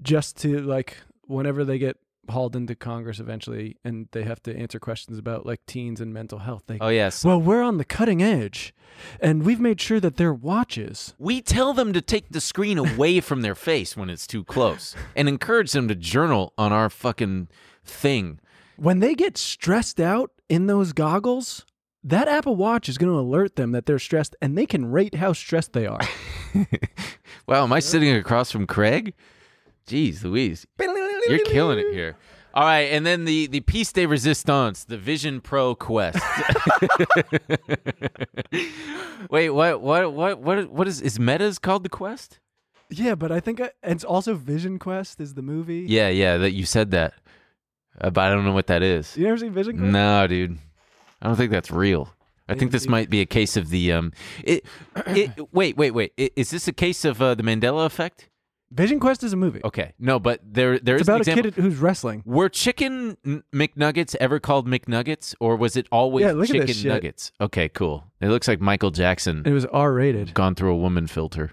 S1: just to like whenever they get hauled into Congress eventually, and they have to answer questions about like teens and mental health. They,
S2: Oh yes.
S1: well, we're on the cutting edge, and we've made sure that their watches.
S2: We tell them to take the screen away from their face when it's too close and encourage them to journal on our fucking thing.
S1: when they get stressed out in those goggles, that Apple Watch is going to alert them that they're stressed and they can rate how stressed they are.
S2: Wow, am I sitting across from Craig? Jeez Louise. You're killing it here. All right, and then the the piece de resistance, the Vision Pro Quest. Wait, what what what what what is is Meta's called the Quest?
S1: yeah, but I think I, it's also Vision Quest is the movie.
S2: Yeah, yeah, that you said that. Uh, but I don't know what that is.
S1: You never seen Vision Quest?
S2: No, dude. I don't think that's real. I think this might be a case of the um it, it wait, wait, wait. I- Is this a case of uh, the Mandela effect?
S1: Vision Quest is a movie.
S2: Okay. No, but there there is
S1: It's about
S2: an
S1: a
S2: example.
S1: kid who's wrestling.
S2: Were chicken n- McNuggets ever called McNuggets, or was it always
S1: Yeah, look at
S2: chicken
S1: this shit.
S2: nuggets? Okay, cool. It looks like Michael Jackson
S1: It was R rated.
S2: gone through a woman filter.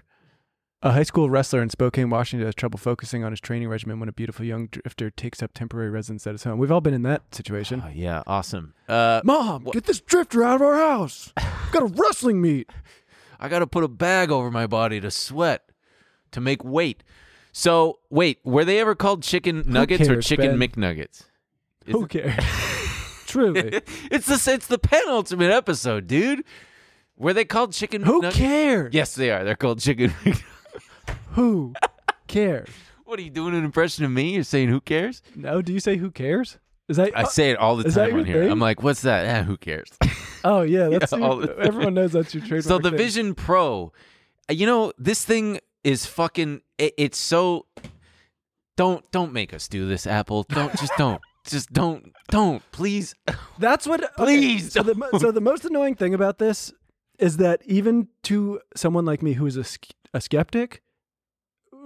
S1: A high school wrestler in Spokane, Washington has trouble focusing on his training regimen when a beautiful young drifter takes up temporary residence at his home. We've all been in that situation.
S2: Oh, yeah, awesome. Uh,
S1: Mom, get this drifter out of our house. got a wrestling meet.
S2: I got to put a bag over my body to sweat to make weight. So wait, were they ever called chicken nuggets or
S1: cares,
S2: chicken
S1: Ben?
S2: McNuggets? Is
S1: Who cares? Truly.
S2: It's the it's the penultimate episode, dude. Were they called chicken?
S1: Who
S2: McNuggets?
S1: cares?
S2: Yes, they are. They're called chicken. McNuggets.
S1: Who cares?
S2: what are you doing? An impression of me? You're saying who cares?
S1: No, do you say who cares? Is that
S2: I say it all the
S1: Oh, Is that
S2: time
S1: your
S2: on here.
S1: thing?
S2: I'm like, what's that? Eh, who cares?
S1: Oh yeah, that's
S2: Yeah,
S1: your-
S2: all the-
S1: everyone knows that's your trademark.
S2: so the
S1: thing.
S2: Vision Pro, uh, you know, this thing is fucking. It, it's so. Don't don't make us do this, Apple. Don't just don't just don't don't please.
S1: That's what. okay,
S2: Please
S1: So the, mo- so the most annoying thing about this is that even to someone like me who is a, sk- a skeptic,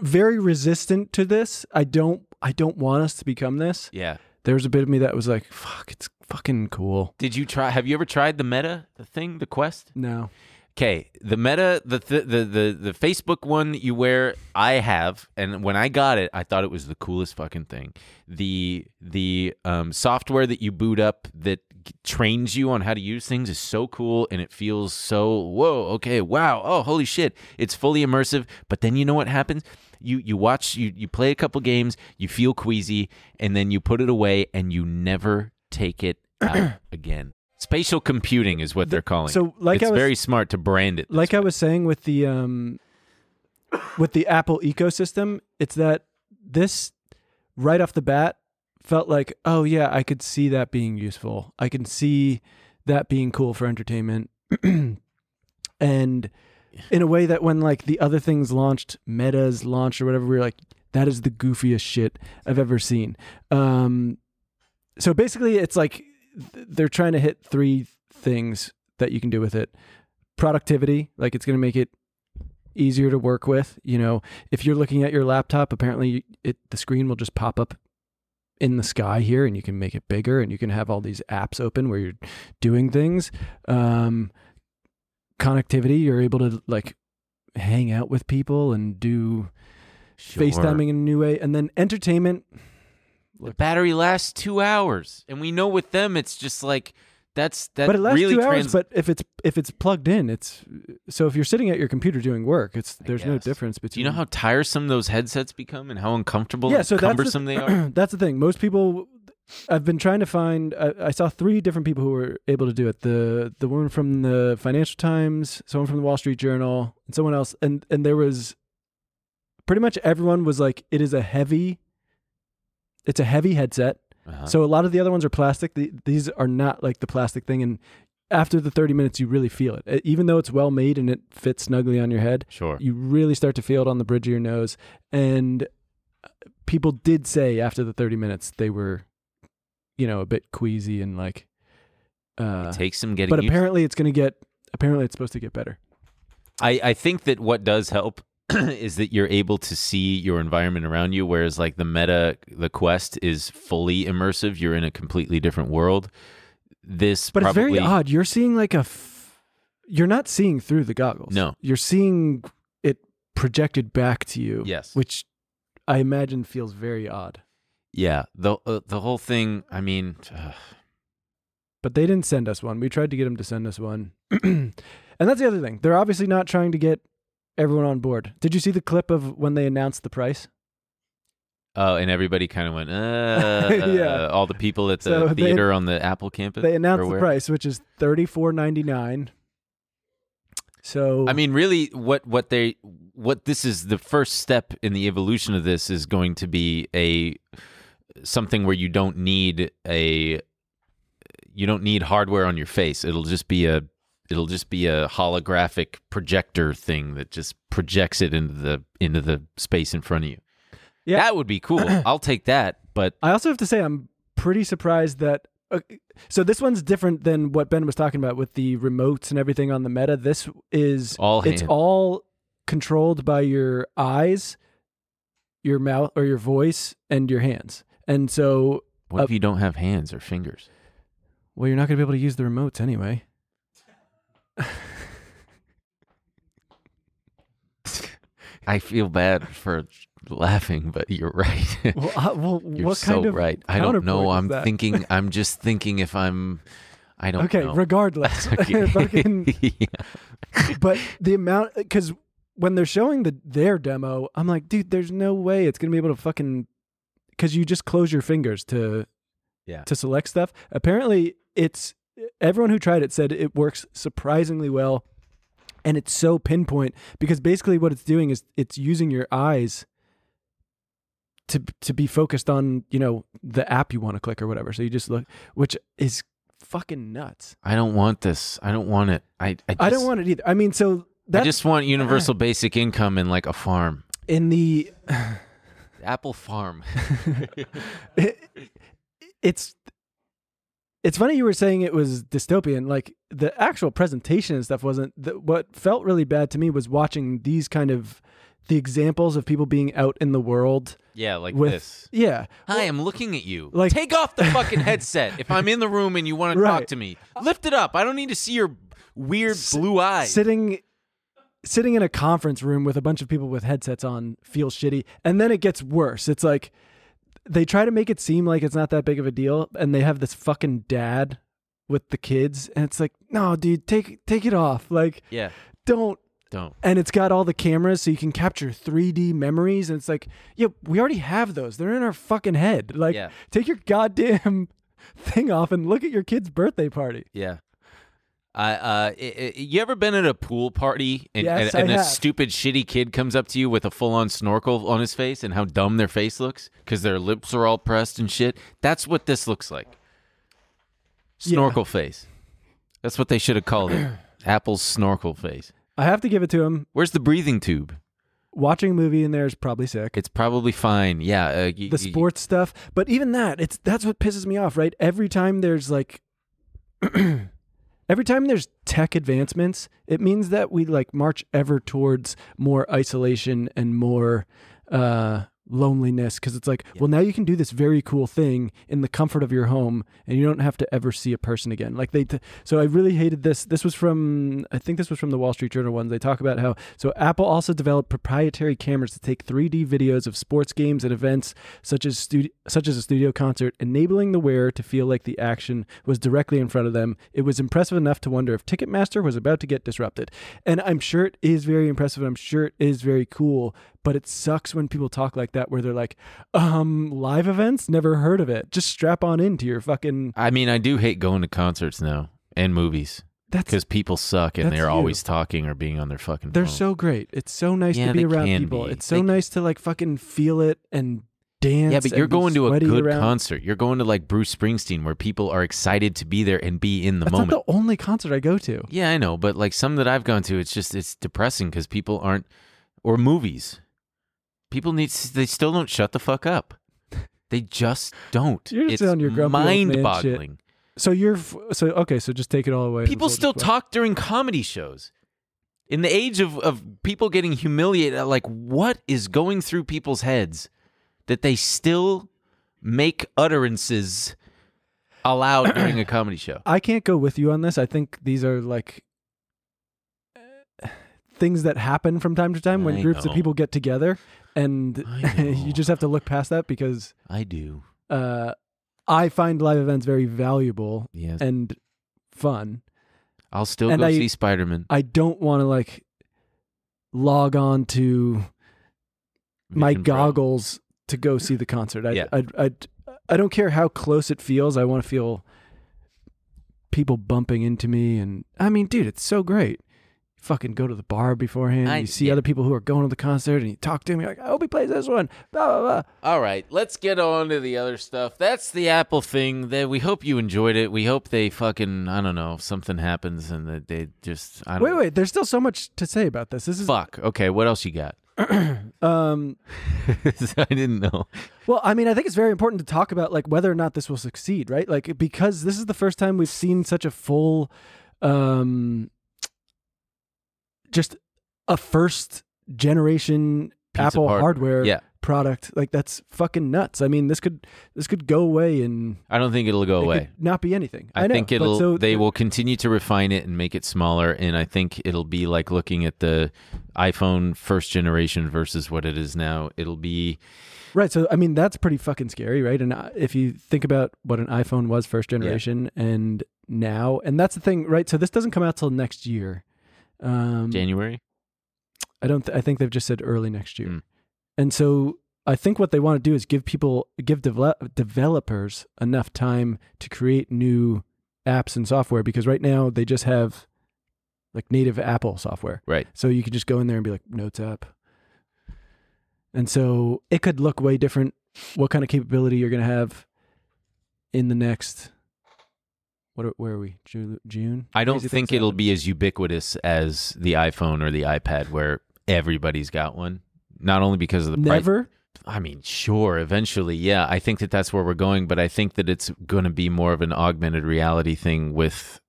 S1: very resistant to this, I don't. I don't want us to become this.
S2: Yeah.
S1: There was a bit of me that was like, "Fuck, it's fucking cool."
S2: Did you try? Have you ever tried the Meta, the thing, the Quest?
S1: No,
S2: Okay, the Meta, the th- the the the Facebook one that you wear, I have, and when I got it, I thought it was the coolest fucking thing. The the um, software that you boot up that g- trains you on how to use things is so cool, and it feels so whoa, okay, wow, oh holy shit, it's fully immersive. But then you know what happens? You you watch you you play a couple games, you feel queasy, and then you put it away, and you never take it out again. Spatial computing is what they're calling.
S1: so,
S2: it.
S1: like
S2: it's
S1: I was-
S2: very smart to brand it.
S1: like I was saying with the um with the Apple ecosystem, it's that this right off the bat felt like, oh yeah, I could see that being useful. I can see that being cool for entertainment. and in a way that when like the other things launched, metas launched or whatever, we were like, that is the goofiest shit I've ever seen. Um so basically it's like th- they're trying to hit three things that you can do with it productivity like it's going to make it easier to work with you know if you're looking at your laptop apparently it the screen will just pop up in the sky here and you can make it bigger and you can have all these apps open where you're doing things um connectivity you're able to like hang out with people and do
S2: Sure.
S1: FaceTiming in a new way. And then entertainment,
S2: The battery lasts two hours, and we know with them it's just like that's that
S1: but it lasts
S2: really
S1: two hours.
S2: trans-
S1: But if it's if it's plugged in, it's so if you're sitting at your computer doing work, it's
S2: I
S1: there's no
S2: guess.
S1: difference
S2: Do
S1: between.
S2: you know how tiresome those headsets become and how uncomfortable
S1: yeah,
S2: and
S1: so that's the-
S2: cumbersome they are?
S1: that's the thing. Most people, I've been trying to find. I, I saw three different people who were able to do it. The the woman from the Financial Times, someone from the Wall Street Journal, and someone else. And and there was pretty much everyone was like, it is a heavy. It's a heavy headset.
S2: Uh-huh.
S1: So a lot of the other ones are plastic. The, these are not like the plastic thing. And after the 30 minutes, you really feel it. E- Even though it's well made and it fits snugly on your head,
S2: sure.
S1: you really start to feel it on the bridge of your nose. And people did say after the 30 minutes they were, you know, a bit queasy and like. Uh,
S2: it takes some getting
S1: but
S2: used.
S1: apparently, it's going to get. Apparently, it's supposed to get better.
S2: I I think that what does help is that you're able to see your environment around you, whereas like the meta, the quest is fully immersive. You're in a completely different world. This
S1: But
S2: probably
S1: it's very odd. You're seeing like a. F- you're not seeing through the goggles.
S2: No.
S1: You're seeing it projected back to you.
S2: Yes.
S1: Which I imagine feels very odd.
S2: yeah the uh, the whole thing. I mean,
S1: But they didn't send us one. We tried to get them to send us one. and that's the other thing. They're obviously not trying to get everyone on board. Did you see the clip of when they announced the price?
S2: oh, and everybody kind of went, uh,
S1: Yeah.
S2: All the people at
S1: So
S2: the
S1: they-
S2: theater on the Apple campus.
S1: They
S2: or
S1: announced the
S2: where?
S1: price, which is thirty four ninety nine. So
S2: I mean, really, what what they what this is the first step in the evolution of this is going to be a something where you don't need a you don't need hardware on your face. It'll just be a it'll just be a holographic projector thing that just projects it into the into the space in front of you.
S1: Yeah.
S2: That would be cool. I'll take that. But
S1: I also have to say I'm pretty surprised that uh, so this one's different than what Ben was talking about with the remotes and everything on the Meta. This is
S2: all
S1: it's
S2: hand.
S1: all controlled by your eyes, your mouth or your voice and your hands. And so
S2: what if you don't have hands or fingers?
S1: well you're not going to be able to use the remotes anyway.
S2: I feel bad for laughing, but you're right.
S1: Well, uh, well
S2: You're
S1: what
S2: so
S1: kind of
S2: right. I don't know.
S1: counterpoint is
S2: I'm
S1: that?
S2: thinking. I'm just thinking if I'm. I don't
S1: Okay,
S2: know.
S1: regardless.
S2: Okay.
S1: Fucking-
S2: Yeah.
S1: but the amount because when they're showing the their demo, I'm like, dude, there's no way it's gonna be able to fucking because you just close your fingers to
S2: Yeah.
S1: to select stuff. Apparently, it's everyone who tried it said it works surprisingly well, and it's so pinpoint because basically what it's doing is it's using your eyes to to be focused on you know the app you want to click or whatever. So you just look, which is fucking nuts.
S2: I don't want this. I don't want it. I. I, just,
S1: I don't want it either. I mean, so
S2: I
S1: that's
S2: just want universal basic income and like a farm,
S1: in the
S2: Apple Farm.
S1: it's it's funny you were saying it was dystopian like the actual presentation and stuff wasn't the, what felt really bad to me was watching these kind of the examples of people being out in the world
S2: yeah, like
S1: with
S2: this.
S1: yeah
S2: Hi, I'm looking at you.
S1: like-
S2: Take off the fucking headset. If I'm in the room and you want to
S1: Right.
S2: talk to me, lift it up. I don't need to see your weird blue eyes.
S1: sitting sitting in a conference room with a bunch of people with headsets on feels shitty and then it gets worse it's like they try to make it seem like it's not that big of a deal and they have this fucking dad with the kids and it's like no dude take take it off like
S2: yeah.
S1: don't
S2: Don't.
S1: and it's got all the cameras so you can capture 3D memories and it's like, yeah, we already have those. They're in our fucking head. Like
S2: Yeah.
S1: take your goddamn thing off and look at your kid's birthday party.
S2: Yeah. I uh, i i you ever been at a pool party and,
S1: Yes,
S2: and, and
S1: I
S2: a
S1: have.
S2: stupid shitty kid comes up to you with a full on snorkel on his face and how dumb their face looks because their lips are all pressed and shit? That's what this looks like. Snorkel face. That's what they should have called it. Apple's snorkel face.
S1: I have to give it to him.
S2: Where's the breathing tube?
S1: Watching a movie in there is probably sick.
S2: It's probably fine. Yeah. Uh, y-
S1: The
S2: y-
S1: sports stuff, but even that, it's that's what pisses me off, right? Every time there's like every time there's tech advancements, it means that we like march ever towards more isolation and more uh loneliness because it's like, well, now you can do this very cool thing in the comfort of your home, and you don't have to ever see a person again. Like they, t- so I really hated this. This was from, I think this was from the Wall Street Journal ones. They talk about how so Apple also developed proprietary cameras to take 3D videos of sports games and events such as studio, such as a studio concert, enabling the wearer to feel like the action was directly in front of them. It was impressive enough to wonder if Ticketmaster was about to get disrupted, and I'm sure it is very impressive. And I'm sure it is very cool, but it sucks when people talk like that where they're like um live events never heard of it just strap on into your fucking
S2: I mean, I do hate going to concerts now and movies
S1: that's
S2: because people suck and
S1: That's
S2: they're
S1: you.
S2: always talking or being on their fucking.
S1: they're
S2: phone.
S1: so great it's so nice
S2: Yeah,
S1: to be
S2: they
S1: around
S2: can
S1: people
S2: be.
S1: it's so
S2: They-
S1: nice to like fucking feel it and dance
S2: Yeah, but you're
S1: and be
S2: going to a
S1: sweaty
S2: good
S1: around.
S2: concert. You're going to like Bruce Springsteen, where people are excited to be there and be in the
S1: that's
S2: moment.
S1: not the only concert i go to
S2: Yeah, I know, but like some that I've gone to, it's just it's depressing because people aren't or movies. People need s- they still don't shut the fuck up. They just don't.
S1: You're just
S2: it's
S1: on your grumpy old man shit.
S2: mind-boggling.
S1: so you're f- so okay so just take it all away and
S2: People
S1: we'll
S2: still
S1: just-
S2: talk during comedy shows. In the age of of people getting humiliated, uh, like what is going through people's heads that they still make utterances allowed during a comedy show?
S1: I can't go with you on this. I think these are like uh, things that happen from time to time when
S2: I
S1: groups
S2: know.
S1: of people get together, and
S2: I know.
S1: you just have to look past that because
S2: I do.
S1: uh, I find live events very valuable
S2: Yes.
S1: and fun.
S2: I'll still
S1: and
S2: go
S1: I-
S2: see Spider-Man.
S1: I don't want to like log on to my
S2: Vision Pro.
S1: goggles to go see the concert. I,
S2: Yeah.
S1: I, I, I don't care how close it feels. I want to feel people bumping into me. And I mean, dude, it's so great. Fucking go to the bar beforehand.
S2: I-
S1: you see
S2: yeah.
S1: other people who are going to the concert and you talk to them. You're like, I hope he plays this one. Blah, blah, blah.
S2: All right, let's get on to the other stuff. That's the Apple thing. That we hope you enjoyed it. We hope they fucking I don't know if something happens and that they just I don't
S1: Wait, wait. There's still so much to say about this. This is,
S2: fuck. Okay, what else you got?
S1: um,
S2: I didn't know.
S1: Well, I mean, I think it's very important to talk about like whether or not this will succeed, right? Like because this is the first time we've seen such a full, um, just a first generation
S2: Piece of
S1: Apple
S2: hardware.
S1: hardware,
S2: Yeah.
S1: product. Like that's fucking nuts. I mean, this could this could go away and
S2: I don't think it'll go
S1: it could
S2: away.
S1: not be anything.
S2: I,
S1: know,
S2: think
S1: but
S2: it'll
S1: so
S2: they will continue to refine it and make it smaller and I think it'll be like looking at the iPhone first generation versus what it is now. It'll be
S1: Right. So, I mean, that's pretty fucking scary, right? And uh, if you think about what an iPhone was first generation and now, and that's the thing, right? So, this doesn't come out till next year. Um,
S2: January.
S1: I don't. Th- I think they've just said early next year.
S2: Mm.
S1: And so, I think what they want to do is give people, give devel- developers enough time to create new apps and software because right now they just have like native Apple software.
S2: Right.
S1: So you could just go in there and be like, notes app. And so it could look way different. What kind of capability you're going to have in the next? What are, where are we? June? June?
S2: I don't
S1: Crazy
S2: think
S1: things
S2: it'll
S1: happen.
S2: be as ubiquitous as the iPhone or the iPad, where everybody's got one. Not only because of the price.
S1: never.
S2: I mean, sure, eventually, yeah. I think that that's where we're going, but I think that it's going to be more of an augmented reality thing with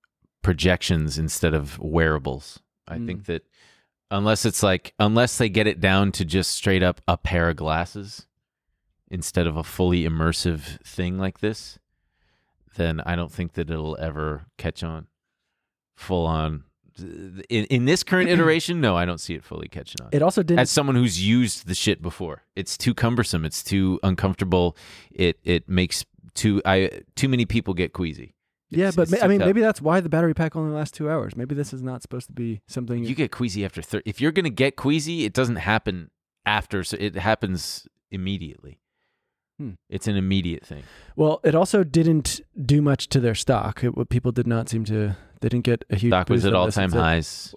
S2: projections instead of wearables. I
S1: Mm.
S2: think that unless it's like unless they get it down to just straight up a pair of glasses instead of a fully immersive thing like this, then I don't think that it'll ever catch on full on. In, in this current iteration, no, I don't see it fully catching on
S1: It also didn't.
S2: as someone who's used the shit before. It's too cumbersome. It's too uncomfortable. It it makes too I too many people get queasy.
S1: Yeah,
S2: It's-
S1: but
S2: it's
S1: ma- I
S2: too
S1: mean,
S2: tough.
S1: maybe that's why the battery pack only lasts two hours. Maybe this is not supposed to be something.
S2: you get queasy after thirty. If you're gonna get queasy, it doesn't happen after. So it happens immediately.
S1: Hmm.
S2: It's an immediate thing.
S1: well, it also didn't do much to their stock. It, what people did not seem to. They didn't get a huge.
S2: Stock was
S1: boost
S2: at
S1: on
S2: all
S1: this.
S2: time
S1: It's a-
S2: highs.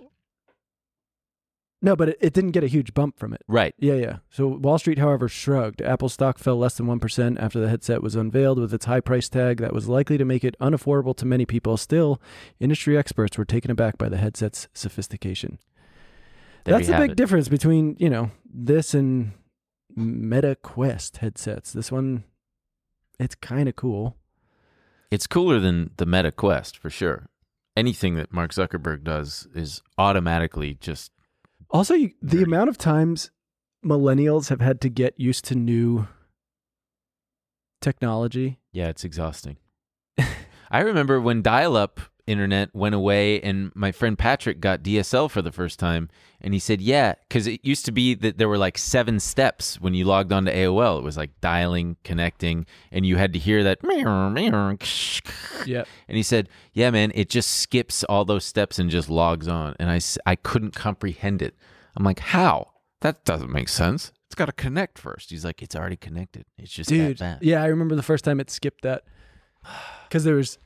S1: No, but it, it didn't get a huge bump from it.
S2: Right.
S1: Yeah, yeah. So Wall Street, however, shrugged. Apple stock fell less than 1% after the headset was unveiled with its high price tag that was likely to make it unaffordable to many people. Still, industry experts were taken aback by the headset's sophistication.
S2: There
S1: That's
S2: we
S1: the
S2: have
S1: big
S2: it.
S1: difference between, you know, this and Meta Quest headsets. This one, it's kind of cool.
S2: It's cooler than the Meta Quest for sure. Anything that Mark Zuckerberg does is automatically just
S1: Also, you, the
S2: Nerdy.
S1: amount of times millennials have had to get used to new technology.
S2: Yeah, it's exhausting. I remember when dial up internet went away and my friend Patrick got DSL for the first time and he said, "Yeah, cuz it used to be that there were like seven steps when you logged on to AOL. It was like dialing, connecting, and you had to hear that meow, meow, ksh, ksh.
S1: Yep.
S2: And he said, "Yeah, man, it just skips all those steps and just logs on." And I s- I couldn't comprehend it. I'm like, "How? That doesn't make sense. It's got to connect first. He's like, "It's already connected. It's just
S1: Dude,
S2: that bad."
S1: yeah, I remember the first time it skipped that cuz there was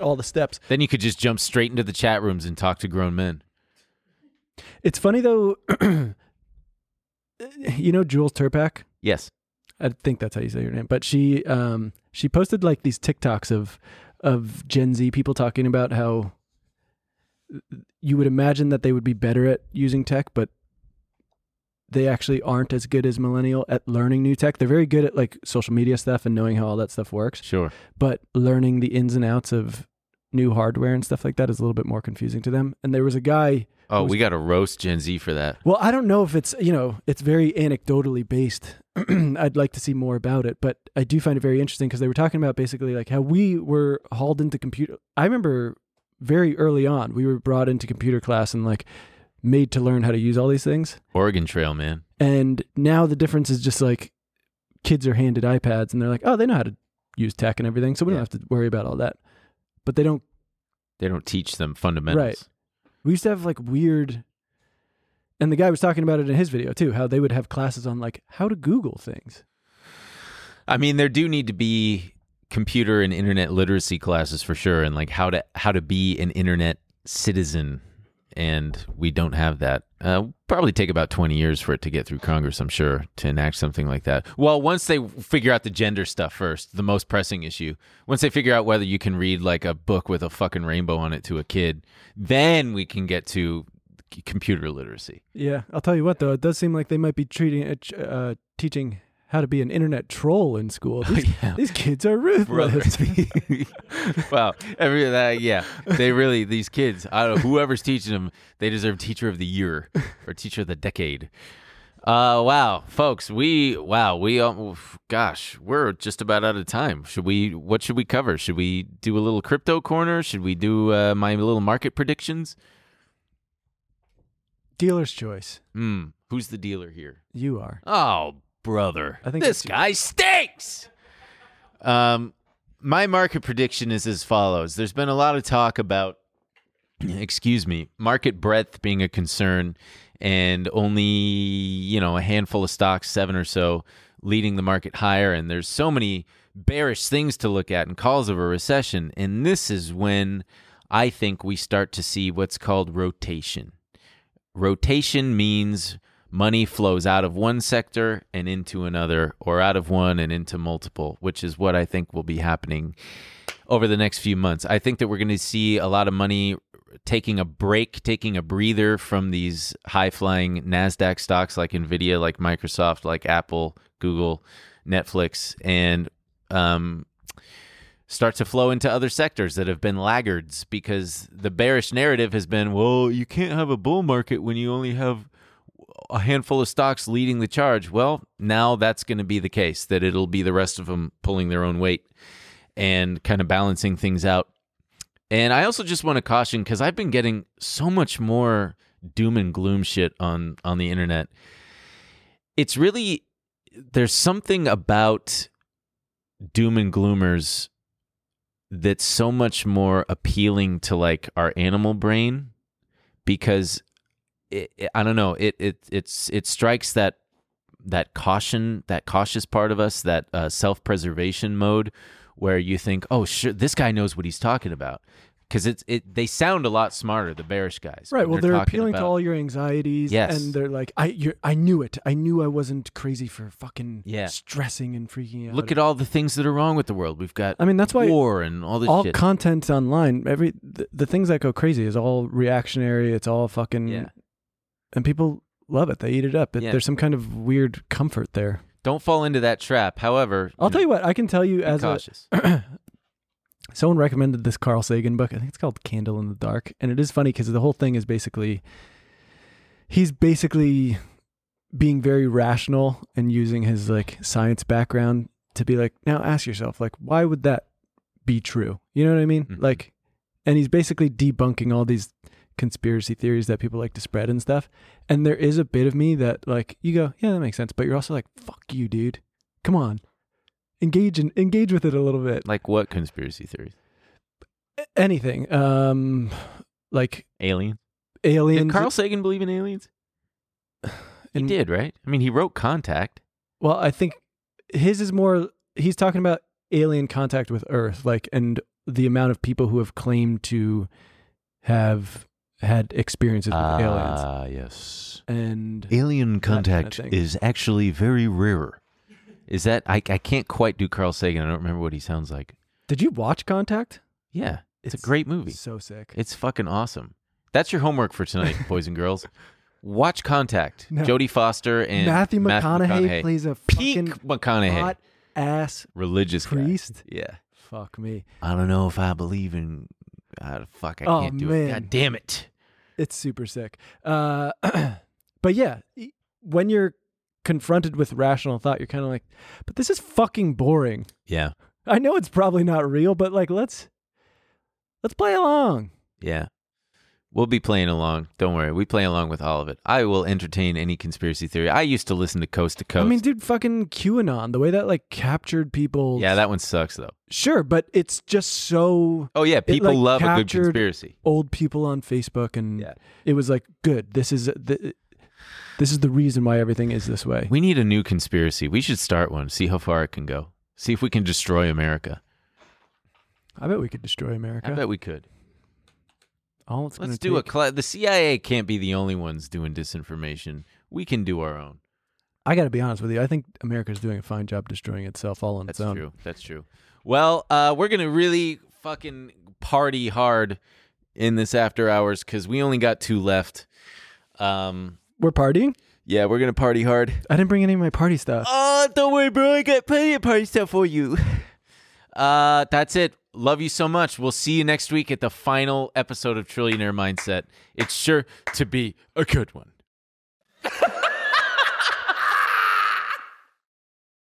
S1: all the steps.
S2: Then you could just jump straight into the chat rooms and talk to grown men.
S1: It's funny though you know Jules Turpak?
S2: Yes.
S1: I think that's how you say her name. But she um she posted like these TikToks of of Gen Z people talking about how you would imagine that they would be better at using tech, but they actually aren't as good as millennial at learning new tech. They're very good at like social media stuff and knowing how all that stuff works,
S2: Sure.
S1: but learning the ins and outs of new hardware and stuff like that is a little bit more confusing to them. And there was a guy,
S2: Oh, we got to roast Gen Z for that.
S1: well, I don't know if it's, you know, it's very anecdotally based. I'd like to see more about it, but I do find it very interesting because they were talking about basically like how we were hauled into computer. I remember very early on, we were brought into computer class and like made to learn how to use all these things.
S2: Oregon Trail, man.
S1: And now the difference is just like kids are handed iPads and they're like, oh, they know how to use tech and everything. So we
S2: Yeah.
S1: don't have to worry about all that. But they don't.
S2: They don't teach them fundamentals.
S1: Right. We used to have like weird. And the guy was talking about it in his video too, how they would have classes on like how to Google things.
S2: I mean, there do need to be computer and internet literacy classes for sure, and like how to how to be an internet citizen. And we don't have that. Uh, probably take about twenty years for it to get through Congress, I'm sure, to enact something like that. Well, once they figure out the gender stuff first, the most pressing issue. Once they figure out whether you can read like a book with a fucking rainbow on it to a kid, then we can get to c- computer literacy.
S1: Yeah, I'll tell you what though, it does seem like they might be treating uh, teaching how to be an internet troll in school. These,
S2: yeah.
S1: these kids are ruthless.
S2: wow. Every that yeah. They really these kids, I don't know, whoever's teaching them, they deserve teacher of the year or teacher of the decade. Uh wow, folks, we wow, we um, oof, gosh, we're just about out of time. Should we what should we cover? Should we do a little crypto corner? Should we do uh, my little market predictions?
S1: Dealer's choice.
S2: Hmm, who's the dealer here?
S1: You are.
S2: Oh, brother.
S1: I think
S2: this
S1: it's you.
S2: guy stinks. Um, my market prediction is as follows. There's been a lot of talk about excuse me, market breadth being a concern and only, you know, a handful of stocks, seven or so, leading the market higher and there's so many bearish things to look at and calls of a recession and this is when I think we start to see what's called rotation. Rotation means money flows out of one sector and into another, or out of one and into multiple, which is what I think will be happening over the next few months. I think that we're going to see a lot of money taking a break, taking a breather from these high flying NASDAQ stocks like Nvidia, like Microsoft, like Apple, Google, Netflix, and um, start to flow into other sectors that have been laggards because the bearish narrative has been well, you can't have a bull market when you only have a handful of stocks leading the charge. Well, now that's going to be the case that it'll be the rest of them pulling their own weight and kind of balancing things out. And I also just want to caution because I've been getting so much more doom and gloom shit on on the internet. It's really there's something about doom and gloomers that's so much more appealing to like our animal brain because it, it- I don't know it it it's it strikes that that caution that cautious part of us that uh, self preservation mode where you think oh sure this guy knows what he's talking about because it's it they sound a lot smarter the bearish guys
S1: Right.
S2: when
S1: Well, they're,
S2: talking
S1: appealing to
S2: about-
S1: all your anxieties.
S2: Yes.
S1: And they're like, I, you're, I knew it. I knew I wasn't crazy for fucking
S2: Yeah.
S1: stressing and freaking out.
S2: look at all the things that are wrong with the world we've got
S1: I mean, that's why
S2: war and all this
S1: all
S2: shit
S1: content online. Every the, the things that go crazy is all reactionary. It's all fucking.
S2: Yeah.
S1: And people love it. They eat it up. It,
S2: Yeah.
S1: There's some kind of weird comfort there.
S2: don't fall into that trap however
S1: I'll tell you what. I can tell you
S2: be
S1: as a,
S2: cautious
S1: someone recommended this Carl Sagan book. I think it's called Candle in the Dark, and it is funny because the whole thing is basically he's basically being very rational and using his like science background to be like, now ask yourself, like, why would that be true? You know what I mean?
S2: Mhm.
S1: Like, and he's basically debunking all these conspiracy theories that people like to spread and stuff. And there is a bit of me that like you go, yeah, that makes sense, but you're also like, fuck you, dude. Come on. Engage and engage with it a little bit.
S2: Like what conspiracy theories?
S1: A- Anything. Um like
S2: Aliens?
S1: aliens.
S2: Did Carl Sagan believe in aliens? He
S1: and-
S2: did, right? I mean, he wrote Contact.
S1: Well, I think his is more he's talking about alien contact with Earth, like and the amount of people who have claimed to have had experiences with aliens.
S2: Ah, yes.
S1: And
S2: Alien
S1: kind of
S2: contact
S1: thing.
S2: is actually very rare. Is that I? I can't quite do Carl Sagan. I don't remember what he sounds like.
S1: did you watch Contact?
S2: Yeah, it's, a great movie.
S1: So sick.
S2: It's fucking awesome. That's your homework for tonight, boys and girls. Watch Contact.
S1: No.
S2: Jodie Foster and
S1: Matthew McConaughey,
S2: McConaughey.
S1: plays a
S2: peak
S1: fucking
S2: McConaughey,
S1: hot ass
S2: religious guy.
S1: priest.
S2: Yeah.
S1: Fuck me.
S2: I don't know if I believe in. Ah, fuck, I
S1: Oh,
S2: can't do it.
S1: man.
S2: God damn it.
S1: It's super sick. Uh, but yeah, e- when you're confronted with rational thought, you're kind of like, but this is fucking boring.
S2: Yeah.
S1: I know it's probably not real, but like let's let's play along.
S2: Yeah. We'll be playing along. Don't worry. We play along with all of it. I will entertain any conspiracy theory. I used to listen to Coast to Coast.
S1: I mean, dude, fucking QAnon, the way that like captured people.
S2: yeah, that one sucks though.
S1: sure, but it's just so
S2: Oh yeah, people
S1: like,
S2: love a good
S1: captured-
S2: conspiracy.
S1: old people on Facebook, and
S2: Yeah.
S1: it was like, good, this is the, this is the reason why everything is this way.
S2: We need a new conspiracy. We should start one. See how far it can go. See if we can destroy America.
S1: I bet we could destroy America.
S2: I bet we could.
S1: All it's
S2: Let's
S1: gonna
S2: do a
S1: take-
S2: cla the CIA can't be the only ones doing disinformation. We can do our own.
S1: I got to be honest with you. I think America's doing a fine job destroying itself all on
S2: That's
S1: its own.
S2: true. That's true. Well, uh, we're gonna really fucking party hard in this after hours because we only got two left. Um,
S1: We're partying.
S2: yeah, we're gonna party hard.
S1: I didn't bring any of my party stuff.
S2: Oh, don't worry, bro. I got plenty of party stuff for you. Uh, that's it. Love you so much. We'll see you next week at the final episode of Trillionaire Mindset. It's sure to be a good one.